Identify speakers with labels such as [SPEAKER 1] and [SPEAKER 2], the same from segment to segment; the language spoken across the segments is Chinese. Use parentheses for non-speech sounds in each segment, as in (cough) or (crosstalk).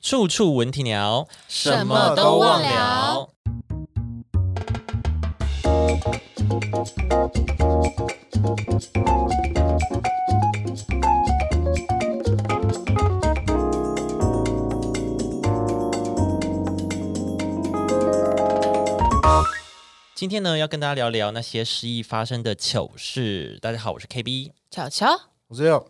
[SPEAKER 1] 处处闻啼鸟，
[SPEAKER 2] 什么都忘了。
[SPEAKER 1] 今天呢，要跟大家聊聊那些失忆发生的糗事。大家好，我是 KB。
[SPEAKER 2] 巧巧，
[SPEAKER 3] 我这样，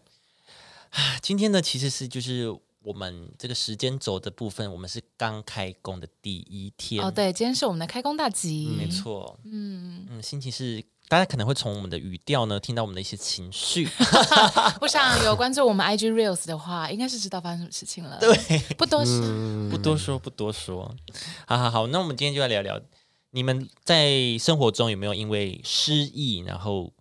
[SPEAKER 1] 啊今天呢，其实是就是我们这个时间轴的部分，我们是刚开工的第一天。
[SPEAKER 2] 哦，对，今天是我们的开工大吉，
[SPEAKER 1] 嗯，没，错。
[SPEAKER 2] 嗯，
[SPEAKER 1] 嗯，心情是大家可能会从我们的语调呢，听到我们的一些情
[SPEAKER 2] (laughs)
[SPEAKER 1] 绪。
[SPEAKER 2] 我想有关注我们 IG Reels 的话，应该是知道发生什么事
[SPEAKER 1] (laughs)
[SPEAKER 2] 情了，对，不多说，
[SPEAKER 1] 不
[SPEAKER 3] 嗯，
[SPEAKER 1] 多说，不多说。好好好，那我们今天就来聊聊，你们在生活中有没有因为失忆，然后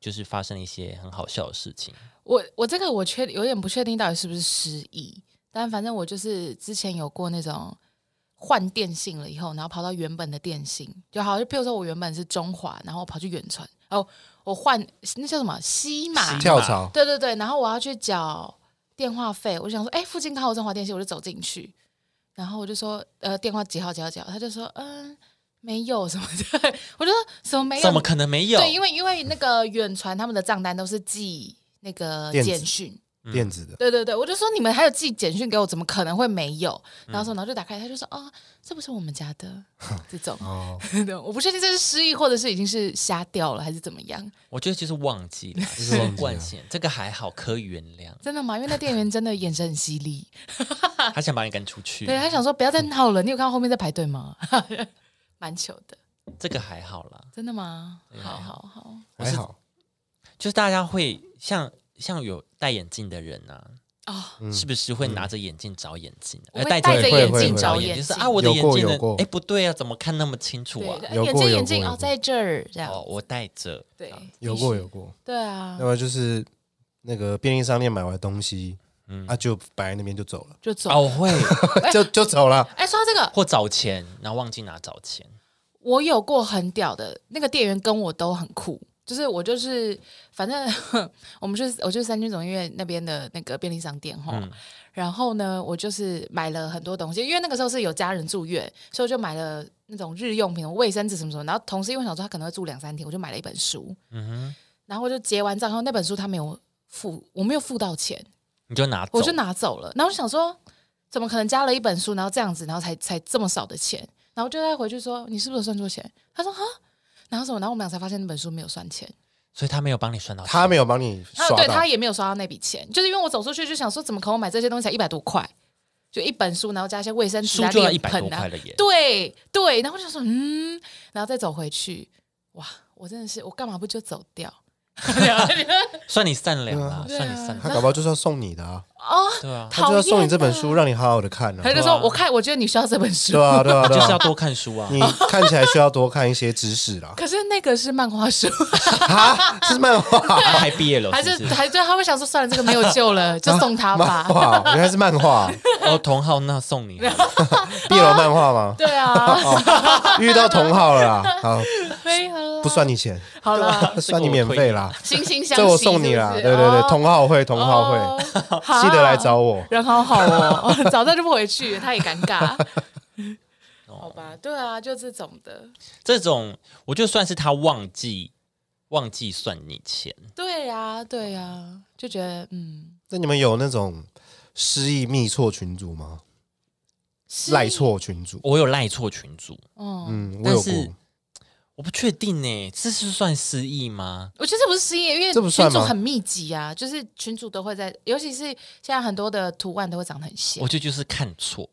[SPEAKER 1] 就是发生了一些很好笑的事情？
[SPEAKER 2] 我我这个我确有点不确定到底是不是失忆，但反正我就是之前有过那种换电信了以后，然后跑到原本的电信，就好像譬如说我原本是中华，然后我跑去远传，哦，我换那叫什么西马，
[SPEAKER 3] 跳槽，
[SPEAKER 2] 对对对，然后我要去缴电话费，我就想说，哎，附近刚好有中华电信，我就走进去，然后我就说，呃，电话几号几号几号，他就说，嗯，没有什么 (laughs) 的，我就说什么没有，
[SPEAKER 1] 怎么可能没有？
[SPEAKER 2] 对，因为因为那个远传他们的账单都是寄那个
[SPEAKER 3] 电子
[SPEAKER 2] 简讯，
[SPEAKER 3] 电子的，
[SPEAKER 2] 对对对，我就说你们还有寄简讯给我，怎么可能会没有？然后
[SPEAKER 3] 嗯
[SPEAKER 2] 说，然后就打开，他就说，哦，这不是我们家
[SPEAKER 3] (laughs)
[SPEAKER 2] 的这种，
[SPEAKER 3] 哦，
[SPEAKER 2] (laughs) 对我不确定这是失忆，或者是已经是瞎掉了，还是怎么样？
[SPEAKER 1] 我觉得就是忘记了，就是
[SPEAKER 3] 忘记了
[SPEAKER 1] 惯性，这个还好可以原谅。
[SPEAKER 2] 真的吗？因为那店员真的眼神很犀
[SPEAKER 3] (laughs)
[SPEAKER 2] 利，
[SPEAKER 1] 他想把你赶出去，
[SPEAKER 2] 啊对他想说不要再闹了。你有看到后面在排队吗？ (laughs) 蛮糗的，
[SPEAKER 1] 这个还好啦。
[SPEAKER 2] 真的吗？
[SPEAKER 3] 嗯
[SPEAKER 2] 好好好，
[SPEAKER 3] 还好，
[SPEAKER 1] 就是大家会像像有戴眼镜的人啊，
[SPEAKER 2] 哦，
[SPEAKER 3] 嗯
[SPEAKER 1] 是不是会拿着眼镜找眼镜？啊呃
[SPEAKER 2] 我会
[SPEAKER 1] 戴
[SPEAKER 2] 戴着
[SPEAKER 3] 会
[SPEAKER 2] 眼
[SPEAKER 3] 会
[SPEAKER 2] 镜
[SPEAKER 3] 会
[SPEAKER 2] 找
[SPEAKER 1] 眼
[SPEAKER 2] 眼
[SPEAKER 1] 就是
[SPEAKER 2] 睛
[SPEAKER 1] 啊，我的
[SPEAKER 3] 有
[SPEAKER 1] 眼
[SPEAKER 3] 过
[SPEAKER 1] 镜
[SPEAKER 3] 有
[SPEAKER 1] 的
[SPEAKER 3] 过
[SPEAKER 1] 哎不对啊，怎么看那么清楚啊？
[SPEAKER 2] 对，
[SPEAKER 3] 有
[SPEAKER 2] 眼
[SPEAKER 3] 过
[SPEAKER 2] 镜
[SPEAKER 3] 有
[SPEAKER 2] 眼
[SPEAKER 3] 过
[SPEAKER 2] 镜
[SPEAKER 3] 有
[SPEAKER 2] 哦，
[SPEAKER 3] 过
[SPEAKER 2] 在这儿这样，
[SPEAKER 1] 哦，我戴着，
[SPEAKER 2] 对，
[SPEAKER 3] 有过有过，
[SPEAKER 2] 对啊
[SPEAKER 3] 要，么就是那个便利商店买完东西，嗯，啊，就摆在那边就走了，
[SPEAKER 2] 就走
[SPEAKER 1] 啊，我会
[SPEAKER 3] 就就走了，
[SPEAKER 2] 哎，说到这个，
[SPEAKER 1] 或找钱，然后忘记拿找钱，
[SPEAKER 2] 我有过很屌的那个店员，跟我都很酷。就是我就是，反正 (laughs) 我们就是我就是三军总医院那边的那个便利商店哈、然后呢，我就是买了很多东西，因为那个时候是有家人住院，所以我就买了那种日用品、卫生纸什么什么。然后同时因为想说他可能会住两三天，我就买了一本书。然后我就结完账后，那本书他没有付，我没有付到钱，
[SPEAKER 1] 你就拿走，
[SPEAKER 2] 我就拿走了。然后我就想说，怎么可能加了一本书，然后这样子，然后才才这么少的钱？然后就再回去说，你是不是有算错钱？他说哈，然后什么？然后我们俩才发现那本书没有算钱，
[SPEAKER 1] 所以他没有帮你算到钱，
[SPEAKER 3] 他没有帮你
[SPEAKER 2] 他
[SPEAKER 3] 刷
[SPEAKER 2] 对
[SPEAKER 3] 到
[SPEAKER 2] 他，也没有刷到那笔钱，就是因为我走出去就想说，怎么可能我买这些东西才一百多块？就一本书，然后加一些卫生纸
[SPEAKER 1] 书
[SPEAKER 2] 啊、
[SPEAKER 1] 就要
[SPEAKER 2] 脸
[SPEAKER 1] 一百多
[SPEAKER 2] 盆啊
[SPEAKER 1] 块，了耶，
[SPEAKER 2] 对对。然后我就说嗯，然后再走回去，哇，我真的是我干嘛不就走掉？
[SPEAKER 1] 算你善良啦，
[SPEAKER 2] 啊对啊
[SPEAKER 1] 算你善良，
[SPEAKER 3] 他搞不好就是要送你的啊，
[SPEAKER 2] 哦，
[SPEAKER 1] 对啊，
[SPEAKER 2] 他
[SPEAKER 3] 他就要送你这本
[SPEAKER 2] 讨
[SPEAKER 3] 书，让你好好的看
[SPEAKER 2] 他
[SPEAKER 3] 啊，
[SPEAKER 2] 就
[SPEAKER 1] 对
[SPEAKER 2] 说
[SPEAKER 1] 啊
[SPEAKER 2] 我看，我觉得你需要这本书
[SPEAKER 3] 对。啊，对啊，
[SPEAKER 1] 就
[SPEAKER 3] 对
[SPEAKER 1] 是要
[SPEAKER 3] 啊，
[SPEAKER 1] 多看书啊。
[SPEAKER 3] 你看起来需要多看一些知
[SPEAKER 2] (laughs)
[SPEAKER 3] 识啦，
[SPEAKER 2] 可是那个是漫画书，
[SPEAKER 3] 啊，是漫画，
[SPEAKER 1] 他还毕业
[SPEAKER 3] 哦
[SPEAKER 1] 了，
[SPEAKER 2] 还
[SPEAKER 1] 是
[SPEAKER 2] 是
[SPEAKER 1] 不是？
[SPEAKER 2] 还是他会想说，算了，这个没有救
[SPEAKER 3] (laughs)
[SPEAKER 2] 了，就送他
[SPEAKER 3] 漫
[SPEAKER 2] 吧。
[SPEAKER 3] 画，原来是漫
[SPEAKER 2] (laughs)
[SPEAKER 3] 画，
[SPEAKER 1] 哦，同号那送你好
[SPEAKER 2] 啊
[SPEAKER 1] 了，
[SPEAKER 3] 毕楼漫画吗？
[SPEAKER 2] 对
[SPEAKER 3] (laughs)
[SPEAKER 2] 啊，
[SPEAKER 3] 遇到同好了啦，好，
[SPEAKER 2] 可以了，
[SPEAKER 3] 不算你
[SPEAKER 2] (laughs)
[SPEAKER 3] 钱，
[SPEAKER 2] 好了，
[SPEAKER 3] 算你免费啦，
[SPEAKER 2] 惺惺相惜。
[SPEAKER 3] 啊这我送你啦，
[SPEAKER 2] 是
[SPEAKER 3] 对
[SPEAKER 2] 不是
[SPEAKER 3] 对对，同好会，同好会，
[SPEAKER 2] 哦
[SPEAKER 1] 啊
[SPEAKER 3] 记得来找我
[SPEAKER 2] 好。人好好哦， (laughs) 早上就不回去，他也尴
[SPEAKER 3] (laughs)
[SPEAKER 2] 尬。
[SPEAKER 3] 哦
[SPEAKER 2] 好吧，对啊，就这种的，
[SPEAKER 1] 这种我就算是他忘记忘记算你钱，
[SPEAKER 2] 对呀，对呀，就觉得嗯，
[SPEAKER 3] 那你们有那种失忆密错群组吗？
[SPEAKER 2] 是
[SPEAKER 3] 赖，错群组？
[SPEAKER 1] 我有赖错群主，
[SPEAKER 2] 嗯，
[SPEAKER 3] 嗯，我
[SPEAKER 1] 哦但
[SPEAKER 3] 有
[SPEAKER 1] 是
[SPEAKER 3] 过。
[SPEAKER 1] 我不确定呢，这是算失忆吗？
[SPEAKER 2] 我觉得这不是失业，因为
[SPEAKER 3] 这不算
[SPEAKER 2] 群
[SPEAKER 3] 吗
[SPEAKER 2] 主很密集啊，就是群主都会在，尤其是现在很多的图案都会长得很像
[SPEAKER 1] 我。觉得就是看错，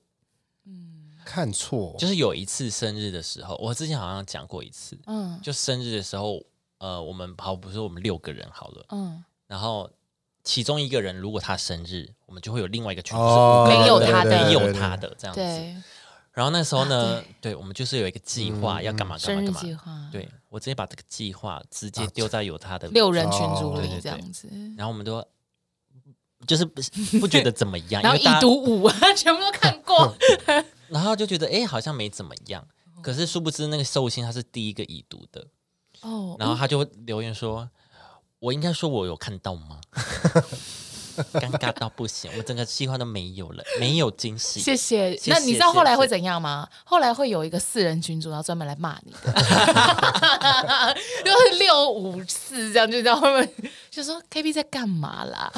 [SPEAKER 3] 看错，
[SPEAKER 1] 就是有一次生日的时候，我之前好像讲过一次，
[SPEAKER 2] 嗯
[SPEAKER 1] 就生日的时候，呃，我们好，比如说我们六个人好了，
[SPEAKER 2] 嗯，
[SPEAKER 1] 然后其中一个人如果他生日，我们就会有另外一个群组
[SPEAKER 3] 哦
[SPEAKER 2] 没有他的
[SPEAKER 1] 没
[SPEAKER 2] 对对
[SPEAKER 1] 有他的这样子。
[SPEAKER 2] 对，啊
[SPEAKER 1] 然后那时候呢，对我们就是有一个计划要干嘛干
[SPEAKER 2] 生
[SPEAKER 1] 嘛
[SPEAKER 2] 日
[SPEAKER 1] 干
[SPEAKER 2] 计
[SPEAKER 1] 嘛。
[SPEAKER 2] 划，
[SPEAKER 1] 对我直接把这个计划直接丢在有他的，
[SPEAKER 2] 六人群组
[SPEAKER 3] 哦
[SPEAKER 1] 对对
[SPEAKER 2] 里
[SPEAKER 1] 对
[SPEAKER 2] 这样子，
[SPEAKER 1] 然后我们都就是不不觉得怎么样，因
[SPEAKER 2] (laughs) 然后
[SPEAKER 1] 为
[SPEAKER 2] 已
[SPEAKER 1] 大家
[SPEAKER 2] 读五啊， (laughs) 全部都看过，
[SPEAKER 1] 然后就觉得哎、诶好像没怎么样。可是殊不知那个寿星他是第一个已读的，
[SPEAKER 2] 哦，
[SPEAKER 1] 然后他就留言说：“我应该说我有看到吗？” (laughs) 尴尬到不行，我们整个计划都没有了，没有惊喜。
[SPEAKER 2] 谢谢。
[SPEAKER 1] 谢
[SPEAKER 2] 那你知道后来会
[SPEAKER 1] 谢谢
[SPEAKER 2] 怎样吗？后来会有一个四人群组，然后专门来骂你的， (laughs) 就是六五四这样，就在后面 (laughs) 就说 K B 在干嘛啦？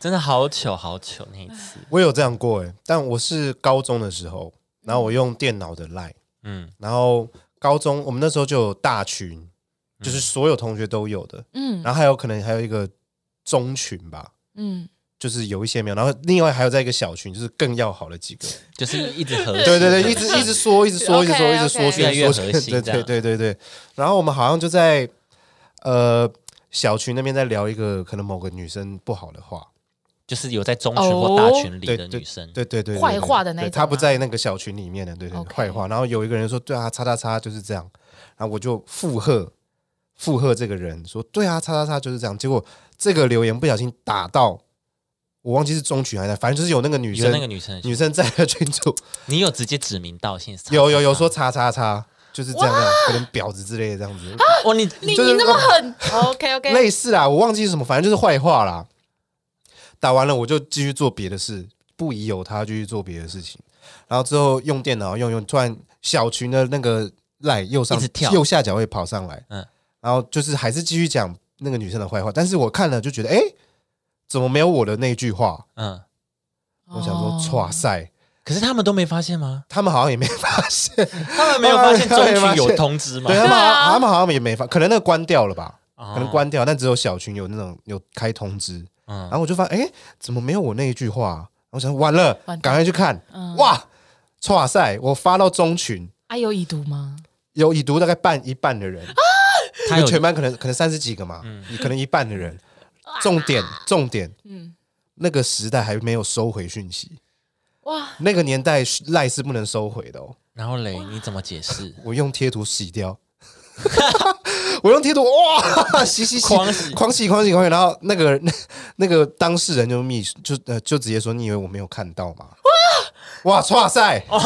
[SPEAKER 1] 真的好糗，好糗那一次。
[SPEAKER 3] 我有这样过哎、但我是高中的时候，然后我用电脑的 Line，
[SPEAKER 1] 嗯
[SPEAKER 3] 然后高中我们那时候就有大群，
[SPEAKER 1] 嗯
[SPEAKER 3] 就是所有同学都有的，
[SPEAKER 2] 嗯
[SPEAKER 3] 然后还有可能还有一个中群吧，
[SPEAKER 2] 嗯，
[SPEAKER 3] 就是有一些没有，然后另外还有在一个小群，就是更要好的几个，
[SPEAKER 1] 就是一直和
[SPEAKER 3] (laughs) 对对对，一直一直说，一直说，一直说，一
[SPEAKER 2] OK，OK
[SPEAKER 3] 直说，
[SPEAKER 1] 越来越
[SPEAKER 3] 说说
[SPEAKER 1] 核心
[SPEAKER 3] 对
[SPEAKER 1] 这样
[SPEAKER 3] 对对对对。然后我们好像就在呃小群那边在聊一个可能某个女生不好的话，
[SPEAKER 1] 就是有在中群或大群里
[SPEAKER 3] 对
[SPEAKER 1] 的
[SPEAKER 3] 对
[SPEAKER 1] 女生，
[SPEAKER 3] 哦对对对，对
[SPEAKER 2] 坏话的那
[SPEAKER 3] 对
[SPEAKER 2] 种
[SPEAKER 3] 她不
[SPEAKER 2] 吗
[SPEAKER 3] 在那个小群里面的，对对对
[SPEAKER 2] OK
[SPEAKER 3] 坏话。然后有一个人说，对啊，叉叉叉就是这样，然后我就附和附和这个人说，对啊，叉叉叉就是这样。结果这个留言不小心打到。我忘记是中群还是哪，反正就是有那个女
[SPEAKER 1] 有
[SPEAKER 3] 生，
[SPEAKER 1] 那个女生，
[SPEAKER 3] 女生在的群组，
[SPEAKER 1] 你有直接指名道姓？
[SPEAKER 3] 有有有说叉叉叉，就是这样这样，可能婊子之类的这样子，
[SPEAKER 1] 哦，你
[SPEAKER 2] 你
[SPEAKER 3] 就是
[SPEAKER 2] 你那么狠，OK 哦 OK，
[SPEAKER 3] 类似啦，我忘记是什么，反正就是坏话啦。打完了我就继续做别的事，不疑有他，继续做别的事情。然后之后用电脑用用，突然小群的那个赖右上
[SPEAKER 1] 一直跳
[SPEAKER 3] 右下角会跑上来，
[SPEAKER 1] 嗯
[SPEAKER 3] 嗯，然后就是还是继续讲那个女生的坏话，但是我看了就觉得，哎，怎么没有我的那句话？
[SPEAKER 1] 嗯，
[SPEAKER 3] 我想说，啊
[SPEAKER 2] 哦
[SPEAKER 3] 哇塞，
[SPEAKER 1] 可是他们都没发现吗？
[SPEAKER 3] 他们好像也没发现，
[SPEAKER 1] 他们没有发现中群有通知吗哦
[SPEAKER 3] 对？他们好
[SPEAKER 2] 对啊
[SPEAKER 3] 像，他们好像也没发，可能那个关掉了吧。可
[SPEAKER 1] 可
[SPEAKER 3] 能，关掉，但只有小群有那种有开通知，然
[SPEAKER 1] 嗯，
[SPEAKER 3] 后我就发现，哎，怎么没有我那一句话、啊？我想完了
[SPEAKER 2] 完蛋，
[SPEAKER 3] 赶快去看，
[SPEAKER 2] 嗯
[SPEAKER 3] 哇，哇塞，我发到中群，
[SPEAKER 2] 啊有已读吗？
[SPEAKER 3] 有已读大概半一半的人，
[SPEAKER 1] 他
[SPEAKER 3] 因
[SPEAKER 1] 啊有嗯
[SPEAKER 3] 为全班可能可能三十几个嘛，可能一半的人，重点重点，
[SPEAKER 2] 嗯，
[SPEAKER 3] 那个时代还没有收回讯息，
[SPEAKER 2] 哇，
[SPEAKER 3] 那个年代赖是不能收回的哦，
[SPEAKER 1] 然后雷，你怎么解
[SPEAKER 3] (laughs)
[SPEAKER 1] 释？
[SPEAKER 3] 我用贴图洗掉。我用贴图哇，洗洗洗，
[SPEAKER 1] 狂喜
[SPEAKER 3] 狂喜狂喜狂喜，然后那个那那个当事人就密就呃就直接说，你以为我没有看到吗？哇哇，哇塞，
[SPEAKER 1] 好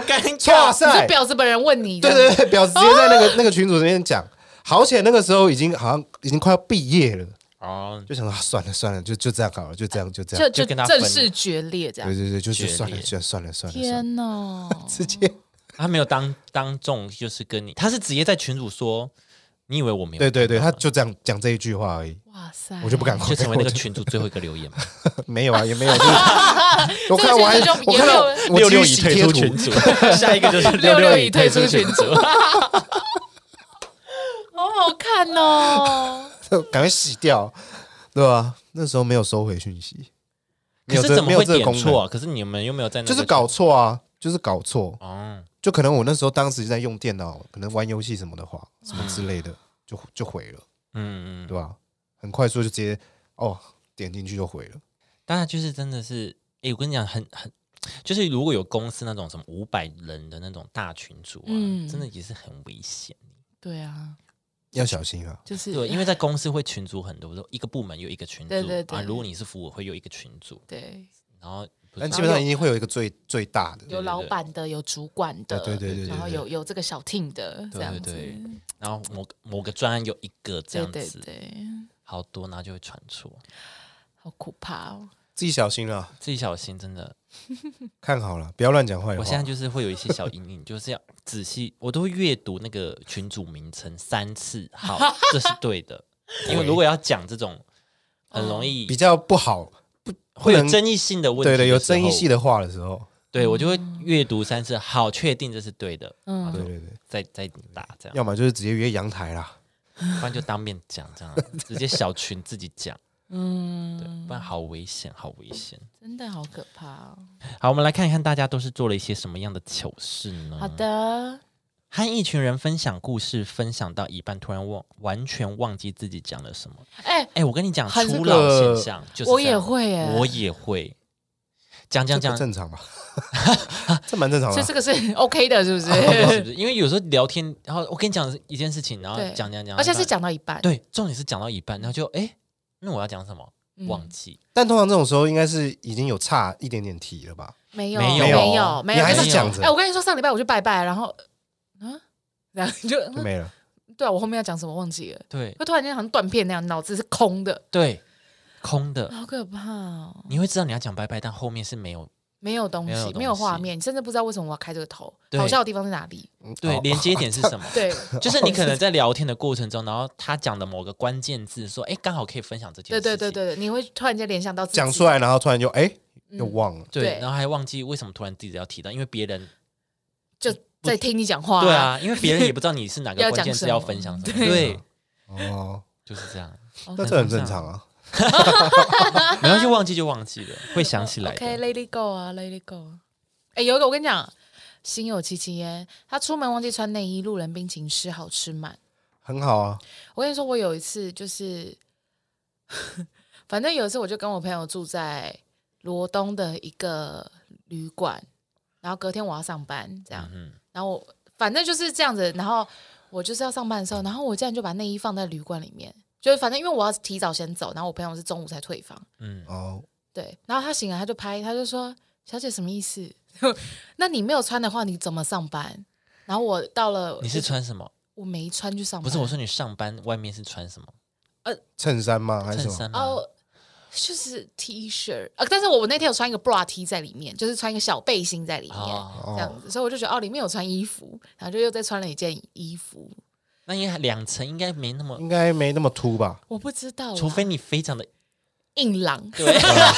[SPEAKER 1] 尴
[SPEAKER 3] 哇
[SPEAKER 2] 你说
[SPEAKER 3] 塞，
[SPEAKER 2] 婊子本人问你，
[SPEAKER 3] 对对对，表直接在那个那个群主那边讲，好且那个时候已经好像已经快要毕业了，
[SPEAKER 1] (laughs) 哦，
[SPEAKER 3] 就想说、啊、算了算了，就就这样好了，就这样就这样，
[SPEAKER 2] 就就
[SPEAKER 1] 就跟他
[SPEAKER 2] 正
[SPEAKER 1] 分
[SPEAKER 2] 式决裂这样
[SPEAKER 3] 对。对对，就
[SPEAKER 1] 决
[SPEAKER 3] 就
[SPEAKER 1] 裂
[SPEAKER 3] 算了算了算了算了，算了
[SPEAKER 2] 天哪！
[SPEAKER 3] 直接
[SPEAKER 1] 他没有当当众就是跟你，他是直接在群主说，你以为我没有？
[SPEAKER 3] 对对对，他就这样讲这一句话而已，
[SPEAKER 2] 哇塞，
[SPEAKER 3] 我就不敢
[SPEAKER 1] 就
[SPEAKER 3] 回
[SPEAKER 1] 成为那个
[SPEAKER 3] 我就
[SPEAKER 1] 群主最后一个留言嘛。
[SPEAKER 3] 没有啊，也没有。就是
[SPEAKER 2] (laughs)
[SPEAKER 3] 我看我还
[SPEAKER 2] 这个群组就
[SPEAKER 3] 我
[SPEAKER 2] 也
[SPEAKER 3] 看
[SPEAKER 2] 没有
[SPEAKER 3] 到 (laughs) 我
[SPEAKER 1] 六六
[SPEAKER 3] 继
[SPEAKER 1] 已
[SPEAKER 3] 续
[SPEAKER 1] 退
[SPEAKER 3] 贴
[SPEAKER 1] 出
[SPEAKER 3] 图
[SPEAKER 1] 群组， (laughs) 下一个
[SPEAKER 3] (laughs)
[SPEAKER 1] 就是
[SPEAKER 2] 六
[SPEAKER 1] 六
[SPEAKER 2] 六
[SPEAKER 1] 已
[SPEAKER 2] 已
[SPEAKER 1] 退
[SPEAKER 2] 退
[SPEAKER 1] 出
[SPEAKER 2] 出
[SPEAKER 1] 群
[SPEAKER 2] 群
[SPEAKER 1] 组
[SPEAKER 2] 组。好好看哦。
[SPEAKER 3] (laughs) 赶快洗掉，对吧、那时候没有收回讯息， (laughs) 没
[SPEAKER 1] 可
[SPEAKER 3] 有
[SPEAKER 1] 是
[SPEAKER 3] 这
[SPEAKER 1] 怎
[SPEAKER 3] 没
[SPEAKER 1] 么
[SPEAKER 3] 有
[SPEAKER 1] 会
[SPEAKER 3] 这个
[SPEAKER 1] 点
[SPEAKER 3] 功能
[SPEAKER 1] 错啊？可是你们又没有在那个
[SPEAKER 3] 就是搞错啊，就是搞错。
[SPEAKER 1] 哦，
[SPEAKER 3] 就可能我那时候当时在用电脑，可能玩游戏什么的话，什么之类的，就就毁了，
[SPEAKER 1] 嗯嗯，
[SPEAKER 3] 对吧、很快速就直接哦，点进去就毁了。
[SPEAKER 1] 当然就是真的是，哎，我跟你讲，很很。就是如果有公司那种什么五百人的那种大群组啊，
[SPEAKER 2] 嗯
[SPEAKER 1] 真的也是很危险。
[SPEAKER 2] (laughs) 对啊，
[SPEAKER 3] 要小心啊！
[SPEAKER 2] 就是
[SPEAKER 1] 对，因为在公司会群组很多，一个部门有一个群组，
[SPEAKER 2] 对对对
[SPEAKER 1] 啊，如果你是服务会有一个群组，
[SPEAKER 2] 对
[SPEAKER 1] 然后不
[SPEAKER 3] 但
[SPEAKER 1] 是
[SPEAKER 3] 基本上一定会有一个最最大的，
[SPEAKER 2] 有老板的，有主管的，
[SPEAKER 3] 对对对对
[SPEAKER 2] 然后
[SPEAKER 3] 对
[SPEAKER 2] 有有这个小 team 的这
[SPEAKER 1] 对
[SPEAKER 2] 样
[SPEAKER 1] 对
[SPEAKER 2] 子，
[SPEAKER 1] 对，然后某个某个专案有一个这
[SPEAKER 2] 对
[SPEAKER 1] 样
[SPEAKER 2] 对
[SPEAKER 1] 子，
[SPEAKER 2] 对，
[SPEAKER 1] 好多，然后就会传错，
[SPEAKER 2] 好可怕哦。
[SPEAKER 3] 自己小心啊，
[SPEAKER 1] 自己小心，真的。
[SPEAKER 3] 看好了，不要乱讲坏话。
[SPEAKER 1] 我现在就是会有一些小阴影，就是要仔细，我都会阅读那个群组名称三次，
[SPEAKER 2] (laughs)
[SPEAKER 1] 好，这是对的，因为如果要讲这种很容易
[SPEAKER 3] 比较不好，
[SPEAKER 1] 会有
[SPEAKER 3] 不能
[SPEAKER 1] 争议性的问题
[SPEAKER 3] 对
[SPEAKER 1] 的时
[SPEAKER 3] 的，
[SPEAKER 1] 候，
[SPEAKER 3] 有争议性的话的时候，
[SPEAKER 1] 对我就会阅读三次，好，确定这是对的，
[SPEAKER 2] 嗯
[SPEAKER 3] 对对对，
[SPEAKER 1] 再再打这样。
[SPEAKER 3] 要么就是直接约阳台啦。
[SPEAKER 1] 不然就当面讲，这样啊
[SPEAKER 3] (laughs)
[SPEAKER 1] 直接小群自己讲，对，
[SPEAKER 2] 嗯，
[SPEAKER 1] 不然好危险，好危险。
[SPEAKER 2] 真的好可怕哦。
[SPEAKER 1] 好，我们来看一看大家都是做了一些什么样的糗事呢？
[SPEAKER 2] 好，的，
[SPEAKER 1] 和一群人分享故事，分享到一半突然忘，完全忘记自己讲了什么。
[SPEAKER 2] 哎，
[SPEAKER 1] 哎，我跟你讲，
[SPEAKER 2] 很
[SPEAKER 1] 初
[SPEAKER 3] 这
[SPEAKER 1] 老
[SPEAKER 3] 个
[SPEAKER 1] 现象就是
[SPEAKER 2] 我
[SPEAKER 1] 这
[SPEAKER 2] 也
[SPEAKER 1] 样，
[SPEAKER 2] 会耶，
[SPEAKER 1] 我也会讲讲
[SPEAKER 3] 这
[SPEAKER 1] 讲
[SPEAKER 3] 不，正常吧？ (laughs) 这蛮正常
[SPEAKER 2] 所
[SPEAKER 3] 的
[SPEAKER 2] 以
[SPEAKER 3] 啊
[SPEAKER 2] 这。个是 (laughs) OK 的，是不
[SPEAKER 1] 是
[SPEAKER 2] 是？
[SPEAKER 1] 不是？因为有时候聊天，然后我跟你讲一件事情，然后
[SPEAKER 2] 对
[SPEAKER 1] 讲讲讲，
[SPEAKER 2] 而且
[SPEAKER 1] 一
[SPEAKER 2] 是
[SPEAKER 1] 半
[SPEAKER 2] 讲到一半，
[SPEAKER 1] 对，重点是讲到一半，然后就哎，那我要讲什么？
[SPEAKER 2] 嗯
[SPEAKER 1] 忘记，
[SPEAKER 3] 但通常这种时候应该是已经有差一点点题了吧？
[SPEAKER 2] 没有，
[SPEAKER 1] 没
[SPEAKER 2] 没
[SPEAKER 1] 有
[SPEAKER 2] 有，没
[SPEAKER 3] 你
[SPEAKER 2] 有，
[SPEAKER 3] 还
[SPEAKER 2] 就是
[SPEAKER 3] 讲着
[SPEAKER 2] 哎、，我跟你说，上礼拜我去拜拜，然后，啊，然后就
[SPEAKER 3] 就没了。
[SPEAKER 2] 对啊，我后面要讲什么忘记了，
[SPEAKER 1] 对
[SPEAKER 2] 会突然间好像断片那样，脑子是空的，
[SPEAKER 1] 对，空的，
[SPEAKER 2] 好可怕哦！
[SPEAKER 1] 你会知道你要讲拜拜，但后面是没有
[SPEAKER 2] 没有东
[SPEAKER 1] 没有
[SPEAKER 2] 西
[SPEAKER 1] 东，西
[SPEAKER 2] 没有画面，你甚至不知道为什么我要开这个头。
[SPEAKER 1] 对
[SPEAKER 2] 好笑的地方在哪
[SPEAKER 1] (laughs)
[SPEAKER 2] 里？。
[SPEAKER 1] 对
[SPEAKER 3] 好
[SPEAKER 1] 连接点是 (laughs) 什么
[SPEAKER 2] 对
[SPEAKER 1] 就是你可能在聊天的过程中，然后他讲的某个关键字，说，哎，刚好可以分享这件
[SPEAKER 2] 对
[SPEAKER 1] 事情，
[SPEAKER 2] 对对对，对你会突然间联想到自己嗯
[SPEAKER 3] 讲出来，然后突然就哎、又忘了。
[SPEAKER 1] 对
[SPEAKER 2] 对
[SPEAKER 1] 然后还忘记为什么突然自己要提到，因为别人
[SPEAKER 2] 就在听你讲话。
[SPEAKER 1] (laughs) 对，啊，因为别人也不知道你是哪个
[SPEAKER 2] 要
[SPEAKER 1] 关
[SPEAKER 2] 讲
[SPEAKER 1] 键字
[SPEAKER 2] 什
[SPEAKER 1] 要
[SPEAKER 2] 么
[SPEAKER 1] 分享什么，
[SPEAKER 2] 对
[SPEAKER 1] 对，
[SPEAKER 3] 哦，
[SPEAKER 1] 就是这样，
[SPEAKER 2] 哦
[SPEAKER 3] 那这很正常啊。
[SPEAKER 1] 没关系，忘记就忘记了，会想起来 (laughs)
[SPEAKER 2] OK，
[SPEAKER 1] 的。
[SPEAKER 2] Lady Go 啊，Lady Go。哎，有一个我跟你讲，心有戚戚焉，他出门忘记穿内衣，路人冰淇淋吃好吃满。
[SPEAKER 3] 很好啊，
[SPEAKER 2] 我跟你说，我有一次就是， (laughs) 反正有一次我就跟我朋友住在罗东的一个旅馆，然后隔天我要上班，这样，
[SPEAKER 1] 嗯
[SPEAKER 2] 然后我反正就是这样子，然后我就是要上班的时候，然后我竟然就把内衣放在旅馆里面，就是反正因为我要提早先走，然后我朋友是中午才退房，
[SPEAKER 1] 嗯，
[SPEAKER 3] 哦，
[SPEAKER 2] 对，然后他醒来他就拍，他就说：“小姐什么意思？ (laughs) 那你没有穿的话，你怎么上班？”然后我到了，
[SPEAKER 1] 你是穿什么？
[SPEAKER 2] 我没穿去上班，
[SPEAKER 1] 不是，我说你上班外面是穿什么？
[SPEAKER 3] 衬衫吗？还
[SPEAKER 1] 衬
[SPEAKER 3] 是什么？
[SPEAKER 1] 衫吗？
[SPEAKER 2] 哦，就是 T 恤啊，但是我那天有穿一个 bra T 在里面，就是穿一个小背心在里面。
[SPEAKER 1] 哦，
[SPEAKER 2] 这样
[SPEAKER 3] 哦，
[SPEAKER 2] 子，所以我就觉得哦，里面有穿衣服，然后就又再穿了一件衣服，
[SPEAKER 1] 那应该两层应该没那么，
[SPEAKER 3] 应该没那么凸吧？
[SPEAKER 2] 我不知道啦，
[SPEAKER 1] 除非你非常的
[SPEAKER 2] 硬朗，
[SPEAKER 1] (laughs) 对，啊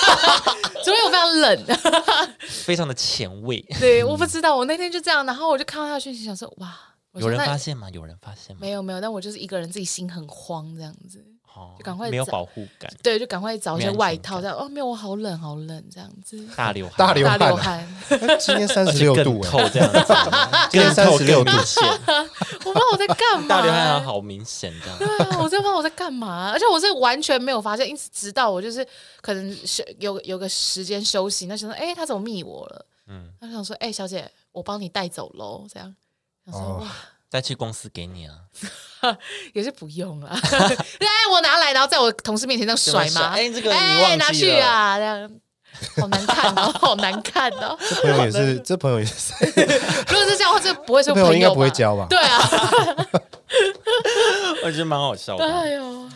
[SPEAKER 2] 除非我非常冷，
[SPEAKER 1] (laughs) 非常的前卫。
[SPEAKER 2] 对，我不知道，我那天就这样，然后我就看到他的讯息，想说哇，我
[SPEAKER 1] 有
[SPEAKER 2] 说
[SPEAKER 1] 人
[SPEAKER 2] 那
[SPEAKER 1] 发现吗？有人发现吗？
[SPEAKER 2] 没有没有，但我就是一个人自己心很慌这样子，
[SPEAKER 1] 哦，
[SPEAKER 2] 就赶快
[SPEAKER 1] 没有
[SPEAKER 2] 找
[SPEAKER 1] 保护感，
[SPEAKER 2] 对，就赶快找一些
[SPEAKER 1] 没安全
[SPEAKER 2] 外套，
[SPEAKER 1] 感
[SPEAKER 2] 这样哦，没有，我好冷，好冷，这样子，
[SPEAKER 1] 大流汗，
[SPEAKER 3] 大流
[SPEAKER 2] 大
[SPEAKER 3] 汗
[SPEAKER 2] 流
[SPEAKER 1] (laughs)
[SPEAKER 3] 啊
[SPEAKER 2] 汗，
[SPEAKER 3] 哎今天三
[SPEAKER 1] 而
[SPEAKER 3] 十
[SPEAKER 1] 且
[SPEAKER 3] 六
[SPEAKER 1] 更
[SPEAKER 3] 度哎、
[SPEAKER 1] 透 (laughs) 这样子，
[SPEAKER 3] 今天
[SPEAKER 1] 更透
[SPEAKER 3] 36度
[SPEAKER 1] 更明显，
[SPEAKER 2] 我不知道我在干嘛、
[SPEAKER 1] 大流汗啊好明显这样。
[SPEAKER 2] 对啊，我真的不知道我在干嘛，而且我是完全没有发现，一直直到我就是可能是有有个时间休息，那想说，哎、他怎么密我了？
[SPEAKER 1] 嗯，
[SPEAKER 2] 他想说，哎、小姐，我帮你带走喽，这样。想说、
[SPEAKER 3] 哦
[SPEAKER 2] 哇，
[SPEAKER 1] 再去公司给你啊，
[SPEAKER 2] 也是不用了， (laughs) 哎，我拿来，然后在我同事面前这样甩
[SPEAKER 1] 这么
[SPEAKER 2] 吗？
[SPEAKER 1] 甩哎这个你
[SPEAKER 2] 哎
[SPEAKER 1] 忘记
[SPEAKER 2] 拿去
[SPEAKER 1] 了
[SPEAKER 2] 啊，这样。好难看
[SPEAKER 1] (laughs)
[SPEAKER 2] 哦，好难看哦！
[SPEAKER 3] 这朋友也是，这朋友也是，
[SPEAKER 2] 如果是这样的话，这不会是
[SPEAKER 3] 这朋友应该
[SPEAKER 2] 吧
[SPEAKER 3] 不会交吧？
[SPEAKER 2] 对啊，
[SPEAKER 1] (laughs) 我觉得蛮好笑的。 (laughs)
[SPEAKER 2] 哎呦，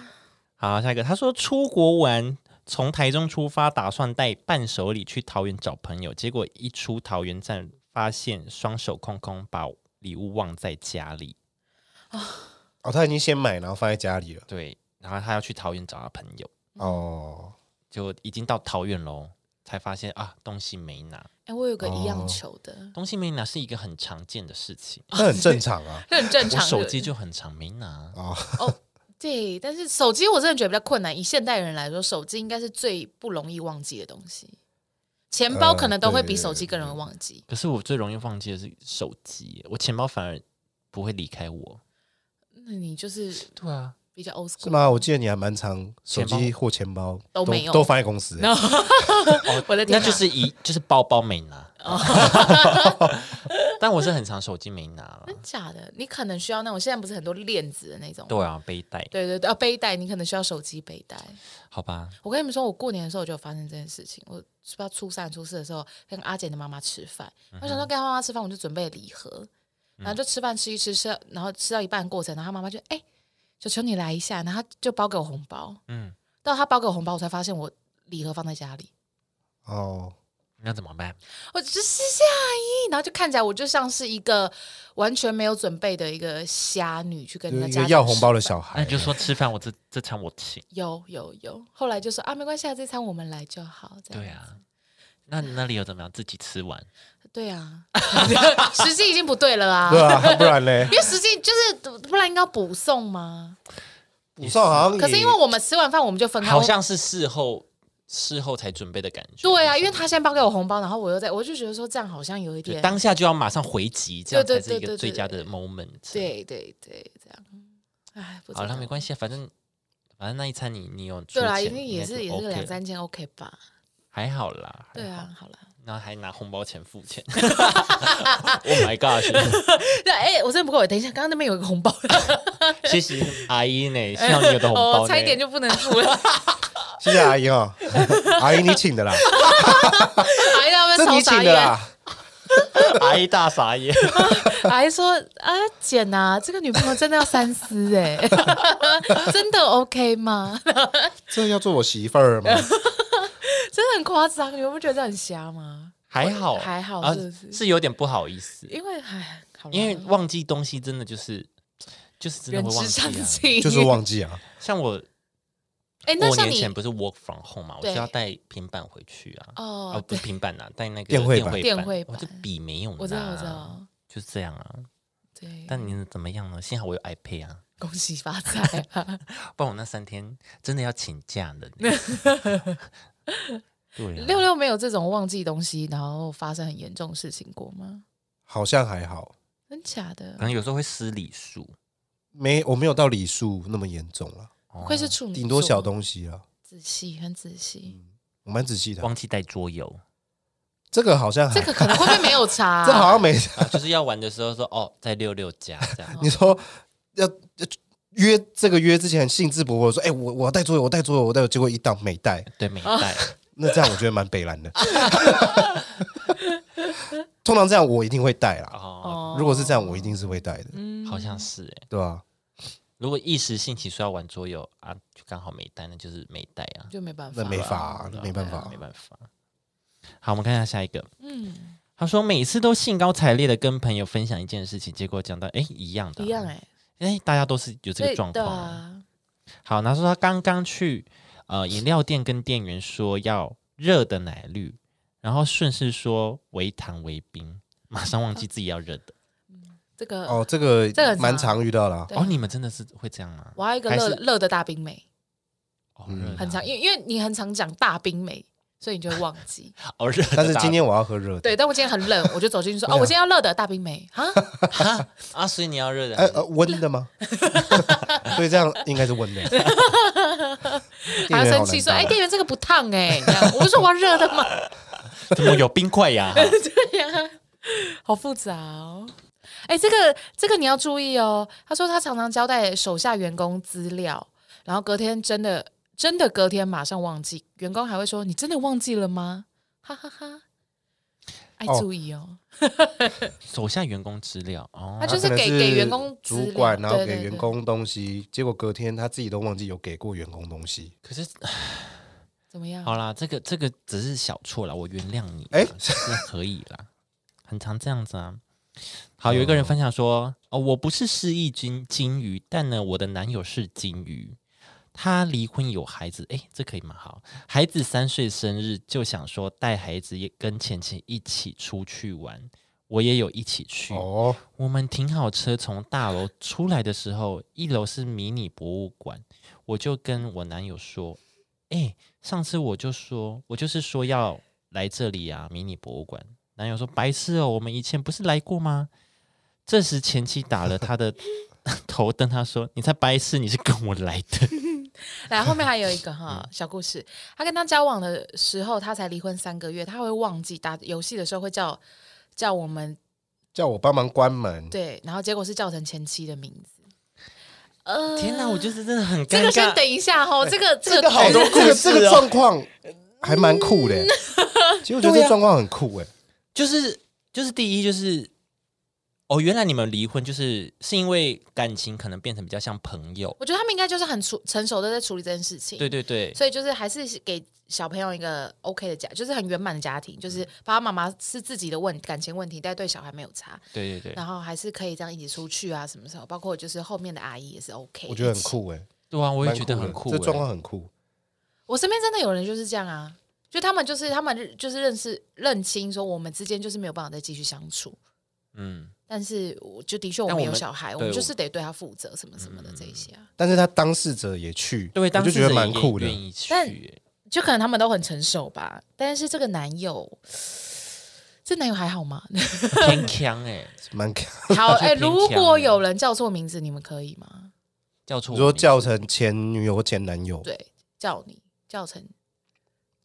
[SPEAKER 1] 好，下一个，他说出国玩，从台中出发，打算带伴手礼去桃园找朋友，结果一出桃园站，发现双手空空，把礼物忘在家里。
[SPEAKER 3] 哦，他已经先买，然后放在家里了。
[SPEAKER 1] 对，然后他要去桃园找他朋友，
[SPEAKER 3] 哦，
[SPEAKER 1] 就已经到桃园喽，才发现啊，东西没拿。
[SPEAKER 2] 哎，我有个一样
[SPEAKER 3] 哦
[SPEAKER 2] 球的，
[SPEAKER 1] 东西没拿是一个很常见的事情，
[SPEAKER 3] 那很正常
[SPEAKER 2] (laughs)
[SPEAKER 3] 啊。
[SPEAKER 2] 这很正
[SPEAKER 1] 我
[SPEAKER 2] 常。
[SPEAKER 1] 手机就很常没拿。
[SPEAKER 3] 哦，
[SPEAKER 2] 对，但是手机我真的觉得比较困难。以现代人来说，手机应该是最不容易忘记的东西。钱包可能都会比手机更容易忘记。
[SPEAKER 1] 可是我最容易忘记的是手机，我钱包反而不会离开我。
[SPEAKER 2] 那你就是
[SPEAKER 1] 对啊，
[SPEAKER 2] 比较 old
[SPEAKER 3] 是
[SPEAKER 2] school。
[SPEAKER 3] 吗？我记得你还蛮常手机或钱包
[SPEAKER 2] 都没有
[SPEAKER 3] 都放在公司欸、
[SPEAKER 2] 我的
[SPEAKER 1] 那
[SPEAKER 2] 天哪，
[SPEAKER 1] 就是一就是包包没拿， (laughs) 但我是很常手机没拿了。
[SPEAKER 2] 真假的。你可能需要那种现在不是很多链子的那种。
[SPEAKER 1] 对啊，背带，
[SPEAKER 2] 对对对，啊，背带你可能需要手机背带。
[SPEAKER 1] 好吧，
[SPEAKER 2] 我跟你们说，我过年的时候我就有发生这件事情。我是不知道初三、初四的时候跟阿简的妈妈吃饭，
[SPEAKER 3] 嗯
[SPEAKER 2] 我想说跟她妈妈吃饭，我就准备礼盒，然后就吃饭吃一吃，吃到然后吃到一半的过程，然后她妈妈就哎、求求你来一下，然后她就包给我红包。
[SPEAKER 1] 嗯，
[SPEAKER 2] 到她包给我红包，我才发现我礼盒放在家里。
[SPEAKER 3] 哦，
[SPEAKER 1] 那怎么办？
[SPEAKER 2] 我只是谢谢阿姨，然后就看起来我就像是一个完全没有准备的一个瞎女去跟
[SPEAKER 3] 就
[SPEAKER 2] 人
[SPEAKER 3] 是一
[SPEAKER 2] 家
[SPEAKER 3] 个
[SPEAKER 2] 家
[SPEAKER 3] 要
[SPEAKER 2] 长
[SPEAKER 3] 红
[SPEAKER 2] 吃
[SPEAKER 3] 包
[SPEAKER 2] 饭
[SPEAKER 3] 的小
[SPEAKER 1] 那
[SPEAKER 3] 孩
[SPEAKER 1] 你，哎就说吃饭我这这餐我请。
[SPEAKER 2] 有有有，后来就说啊，没关系啊，这餐我们来就好。这样
[SPEAKER 1] 对啊，那你那里有怎么样？自己吃完，
[SPEAKER 2] 对啊， (laughs) 时机已经不对了啊，
[SPEAKER 3] 对啊， (laughs) 不然
[SPEAKER 1] (laughs)
[SPEAKER 3] 嘞，
[SPEAKER 2] 因为时机就是不然应该要补送吗？
[SPEAKER 3] 补上好像也
[SPEAKER 2] 可是因为我们吃完饭我们就分开，
[SPEAKER 1] 好像是事后事后才准备的感觉。
[SPEAKER 2] 对啊，因为他先包给我红包，然后我又在，我就觉得说这样好像有一
[SPEAKER 1] 就
[SPEAKER 2] 点，
[SPEAKER 1] 当下就要马上回击，这样
[SPEAKER 2] 对
[SPEAKER 1] 才
[SPEAKER 2] 对
[SPEAKER 1] 是一
[SPEAKER 2] 对
[SPEAKER 1] 个
[SPEAKER 2] 对
[SPEAKER 1] 最佳的 moment。，
[SPEAKER 2] 对对对，这样，哎，不知
[SPEAKER 1] 好了，
[SPEAKER 2] 道
[SPEAKER 1] 没关系啊，反正反正那一餐你你有出
[SPEAKER 2] 对啦，
[SPEAKER 1] 钱
[SPEAKER 2] 一定也是
[SPEAKER 1] 应
[SPEAKER 2] 也
[SPEAKER 1] 该
[SPEAKER 2] 是
[SPEAKER 1] 就 OK
[SPEAKER 2] 个两
[SPEAKER 1] 了
[SPEAKER 2] 三千 OK 吧？
[SPEAKER 1] 还好啦。
[SPEAKER 2] 对
[SPEAKER 1] 还好，
[SPEAKER 2] 啊，好 (laughs) 了，
[SPEAKER 1] 然后还拿红包钱付钱。oh my god！
[SPEAKER 2] 对，哎，我真的不够，等一下，刚刚那边有一个红包，
[SPEAKER 1] (laughs) 谢谢阿姨
[SPEAKER 2] (laughs)
[SPEAKER 1] 呢，希望你有的红包呢。
[SPEAKER 2] 哦，差一点就不能付了， (laughs)
[SPEAKER 3] 谢谢阿姨哦，阿姨你请的啦，
[SPEAKER 2] 哎还让他们
[SPEAKER 3] 这
[SPEAKER 2] 少
[SPEAKER 3] 你
[SPEAKER 2] 傻
[SPEAKER 3] 请的
[SPEAKER 2] 眼，
[SPEAKER 3] 啦，
[SPEAKER 1] (laughs) 阿姨大傻
[SPEAKER 2] (laughs)
[SPEAKER 1] 眼， (laughs)
[SPEAKER 2] 还说啊，姐呐、这个女朋友真的要三
[SPEAKER 1] (laughs)
[SPEAKER 2] 思哎、真的 OK 吗？
[SPEAKER 3] 这要做我媳妇
[SPEAKER 2] (laughs)
[SPEAKER 3] 儿吗？
[SPEAKER 2] 真的很夸张，你们不觉得这很瞎吗？
[SPEAKER 1] 还好
[SPEAKER 2] 还好
[SPEAKER 1] 啊
[SPEAKER 2] 是不是
[SPEAKER 1] 是有点不好意思，
[SPEAKER 2] 因为哎，好啦
[SPEAKER 1] 因为忘记东西真的就是就是真的
[SPEAKER 2] 人
[SPEAKER 1] 会忘
[SPEAKER 2] 之常
[SPEAKER 1] 记啊。
[SPEAKER 2] 情，
[SPEAKER 3] 就是忘记啊，
[SPEAKER 1] 像我
[SPEAKER 2] 哎、那
[SPEAKER 1] 过
[SPEAKER 2] 像
[SPEAKER 1] 年
[SPEAKER 2] 你
[SPEAKER 1] 前不是 work from home 嘛，我
[SPEAKER 2] 对
[SPEAKER 1] 就要带平板回去啊。
[SPEAKER 2] 哦
[SPEAKER 1] 哦，，不
[SPEAKER 2] 对
[SPEAKER 1] 是，平板啊，带那个
[SPEAKER 3] 电绘
[SPEAKER 1] 板，
[SPEAKER 3] 板
[SPEAKER 2] 电绘
[SPEAKER 1] 我
[SPEAKER 2] 板
[SPEAKER 1] 这笔没有拿，
[SPEAKER 2] 我知道我知道，嗯
[SPEAKER 1] 就是这样啊。
[SPEAKER 2] 对，
[SPEAKER 1] 但你怎么样呢？幸好我有 iPad 啊，
[SPEAKER 2] 恭喜发财、
[SPEAKER 1] (laughs)
[SPEAKER 2] 啊，
[SPEAKER 1] 不然我那三天真的要请假了呢。
[SPEAKER 2] (laughs)
[SPEAKER 1] 对啊，
[SPEAKER 2] 六六没有这种忘记东西，然后发生很严重的事情过吗？
[SPEAKER 3] 好像还好，
[SPEAKER 2] 真假的
[SPEAKER 1] 可？能有时候会失礼数，
[SPEAKER 3] 没我没有到礼数那么严重了，
[SPEAKER 1] 哦
[SPEAKER 2] 不愧是处女座，
[SPEAKER 3] 顶多小东西啊，
[SPEAKER 2] 仔细，很仔细。
[SPEAKER 3] 我蛮仔细的。
[SPEAKER 1] 忘记带桌
[SPEAKER 2] 哦
[SPEAKER 1] 游，
[SPEAKER 3] 这个好像还
[SPEAKER 2] 这个可能会不会没有差、
[SPEAKER 1] (laughs)
[SPEAKER 3] 这好像没， (laughs)。
[SPEAKER 1] 啊就是要玩的时候说哦，在六六家这样
[SPEAKER 2] 哦
[SPEAKER 3] 你说要要约这个约之前兴致勃勃地说，哎、我我要带桌游，我带桌游，我带桌游，结果一档没带，
[SPEAKER 1] 对，没
[SPEAKER 2] 哦
[SPEAKER 1] 带，
[SPEAKER 3] 那这样我觉得蛮北蓝的。 (laughs) 通常这样我一定会带啦，
[SPEAKER 1] 哦，
[SPEAKER 3] 如果是这样，我一定是会带的，
[SPEAKER 2] 嗯
[SPEAKER 1] 好像是哎。
[SPEAKER 3] 对吧、啊
[SPEAKER 1] 如果一时兴起说要玩桌游啊，就刚好没带，那就是没带啊，
[SPEAKER 2] 就没办法，
[SPEAKER 3] 那没法、，啊，
[SPEAKER 1] 对啊
[SPEAKER 3] 没办法、
[SPEAKER 1] 没办法。好，我们看一下下一个。
[SPEAKER 2] 嗯，
[SPEAKER 1] 他说每次都兴高采烈的跟朋友分享一件事情，结果讲到哎一样的啊，
[SPEAKER 2] 一样哎、
[SPEAKER 1] 哎，大家都是有这
[SPEAKER 2] 对
[SPEAKER 1] 个状
[SPEAKER 2] 的
[SPEAKER 1] 况啊。
[SPEAKER 2] 啊，
[SPEAKER 1] 好，他说他刚刚去呃 (laughs) 饮料店跟店员说要热的奶绿，然后顺势说微糖微冰，马上忘记自己要热的。
[SPEAKER 2] 这个、
[SPEAKER 3] 哦，这个
[SPEAKER 2] 这个很
[SPEAKER 3] 蛮
[SPEAKER 2] 常
[SPEAKER 3] 常遇到啦。
[SPEAKER 2] 对
[SPEAKER 1] 哦，你们真的是会这样吗？
[SPEAKER 2] 我要一个
[SPEAKER 1] 还
[SPEAKER 2] 乐
[SPEAKER 1] 是
[SPEAKER 2] 乐的大冰美，
[SPEAKER 1] 哦，
[SPEAKER 3] 嗯
[SPEAKER 1] 热的啊
[SPEAKER 2] 很常，因为因为你很常讲大冰美，所以你就会忘
[SPEAKER 3] (laughs)
[SPEAKER 2] 记。
[SPEAKER 1] 哦热的大，
[SPEAKER 3] 但是今天我要喝热的，
[SPEAKER 2] 对，但我今天很冷，我就走进去说：“哦，我今天要热的大冰美啊，
[SPEAKER 1] (laughs) 哈啊，所以你要热的
[SPEAKER 3] 哎
[SPEAKER 1] 还是，
[SPEAKER 3] 呃，温
[SPEAKER 2] (laughs)
[SPEAKER 3] 的吗？所以这样应该是温的。
[SPEAKER 2] 还要
[SPEAKER 3] (laughs) 店员
[SPEAKER 2] 生
[SPEAKER 3] 好
[SPEAKER 2] 气说：‘
[SPEAKER 3] 难
[SPEAKER 2] 哎，
[SPEAKER 3] 当啊
[SPEAKER 2] 店员这个不烫哎、这样我就说：“我要热的嘛。
[SPEAKER 1] 怎么有冰块 (laughs) 呀？哈
[SPEAKER 2] (laughs) 对呀、好复杂哦。哎，这个这个你要注意哦。他说他常常交代手下员工资料，然后隔天真的真的隔天马上忘记，员工还会说：“你真的忘记了吗？”哈哈哈爱
[SPEAKER 3] 哦
[SPEAKER 2] 注意哦，
[SPEAKER 1] 手下员工资料哦
[SPEAKER 2] 他，就是
[SPEAKER 3] 可能
[SPEAKER 2] 给给员工资料
[SPEAKER 3] 主管，然后
[SPEAKER 2] 对对
[SPEAKER 3] 给
[SPEAKER 2] 对
[SPEAKER 3] 员工东西，结果隔天他自己都忘记有给过员工东西。
[SPEAKER 1] 可是
[SPEAKER 2] 怎么样？
[SPEAKER 1] 好啦，这个这个只是小错啦，我原谅你，哎、
[SPEAKER 3] 哎
[SPEAKER 1] 是可以啦， (laughs) 很常这样子啊。好，有一个人分享说，哦，我不是失忆金金鱼，但呢，我的男友是金鱼，他离婚有孩子，哎，这可以吗？好，孩子三岁生日就想说带孩子也跟前前一起出去玩，我也有一起去，
[SPEAKER 3] 哦，
[SPEAKER 1] 我们停好车，从大楼出来的时候，一楼是迷你博物馆，我就跟我男友说：“哎、上次我就说，我就是说要来这里啊，迷你博物馆。”男友说：“白痴哦，我们以前不是来过吗？”这时前妻打了他的 (laughs) 头灯，他说：“你才白痴，你是跟我来的。
[SPEAKER 2] 来，后面还有一个哈小故事。他跟他交往的时候，他才离婚三个月，他会忘记打游戏的时候会叫叫我们
[SPEAKER 3] 叫我帮忙关门。
[SPEAKER 2] 对，然后结果是叫成前妻的名字。 (laughs) 呃”
[SPEAKER 1] 天哪，我就是真的很尴
[SPEAKER 2] 这
[SPEAKER 1] 尬。
[SPEAKER 2] 个先等一下哈，这个这个
[SPEAKER 3] 哎
[SPEAKER 2] 这个
[SPEAKER 3] 这个
[SPEAKER 1] 事哦
[SPEAKER 3] 这个状况还蛮酷的。欸其实我觉得
[SPEAKER 1] 对
[SPEAKER 3] 这
[SPEAKER 1] 啊
[SPEAKER 3] 状况很酷哎，
[SPEAKER 1] 就是就是第一就是，哦，原来你们离婚就是是因为感情可能变成比较像朋友。
[SPEAKER 2] 我觉得他们应该就是很处成熟的在处理这件事情。
[SPEAKER 1] 对对对，
[SPEAKER 2] 所以就是还是给小朋友一个 OK 的家，就是很圆满的家庭，
[SPEAKER 1] 嗯
[SPEAKER 2] 就是爸爸妈妈是自己的问感情问题，但对小孩没有差，
[SPEAKER 1] 对对对，
[SPEAKER 2] 然后还是可以这样一起出去啊，什么时候，包括就是后面的阿姨也是 OK，
[SPEAKER 3] 我觉得
[SPEAKER 2] 一
[SPEAKER 3] 很
[SPEAKER 2] 起。
[SPEAKER 3] 酷哎，
[SPEAKER 1] 对啊，我也
[SPEAKER 3] 蛮
[SPEAKER 1] 觉得很
[SPEAKER 3] 的
[SPEAKER 1] 酷欸、
[SPEAKER 3] 这状况很酷。
[SPEAKER 2] 我身边真的有人就是这样啊，就他们就是他们认就是认识认清说我们之间就是没有办法再继续相处，
[SPEAKER 1] 嗯，
[SPEAKER 2] 但是我就的确我
[SPEAKER 1] 但
[SPEAKER 2] 们
[SPEAKER 1] 我
[SPEAKER 2] 有
[SPEAKER 1] 们
[SPEAKER 2] 小孩，
[SPEAKER 1] 对
[SPEAKER 2] 我们就
[SPEAKER 1] 我嗯
[SPEAKER 2] 是得对他负责什么什么的这一些啊，
[SPEAKER 3] 但是他当事者也去，
[SPEAKER 1] 对，
[SPEAKER 3] 我
[SPEAKER 1] 当
[SPEAKER 3] 就
[SPEAKER 1] 事
[SPEAKER 3] 觉得
[SPEAKER 1] 者
[SPEAKER 3] 蛮
[SPEAKER 1] 也
[SPEAKER 3] 酷的。
[SPEAKER 1] 愿意去
[SPEAKER 2] 但
[SPEAKER 1] 欸，
[SPEAKER 2] 就可能他们都很成熟吧，但是这个男友。这男友还好吗？ (laughs)
[SPEAKER 1] 偏强哎，
[SPEAKER 3] 蛮，
[SPEAKER 2] 好，哎、
[SPEAKER 1] 偏
[SPEAKER 2] 如
[SPEAKER 1] 强
[SPEAKER 2] 果
[SPEAKER 1] 了
[SPEAKER 2] 有人叫错名字，你们可以吗？
[SPEAKER 1] 叫错
[SPEAKER 3] (laughs) 你
[SPEAKER 1] 我
[SPEAKER 3] 说
[SPEAKER 1] 名字
[SPEAKER 3] 叫成前女友或前男友，
[SPEAKER 2] 对，叫你叫成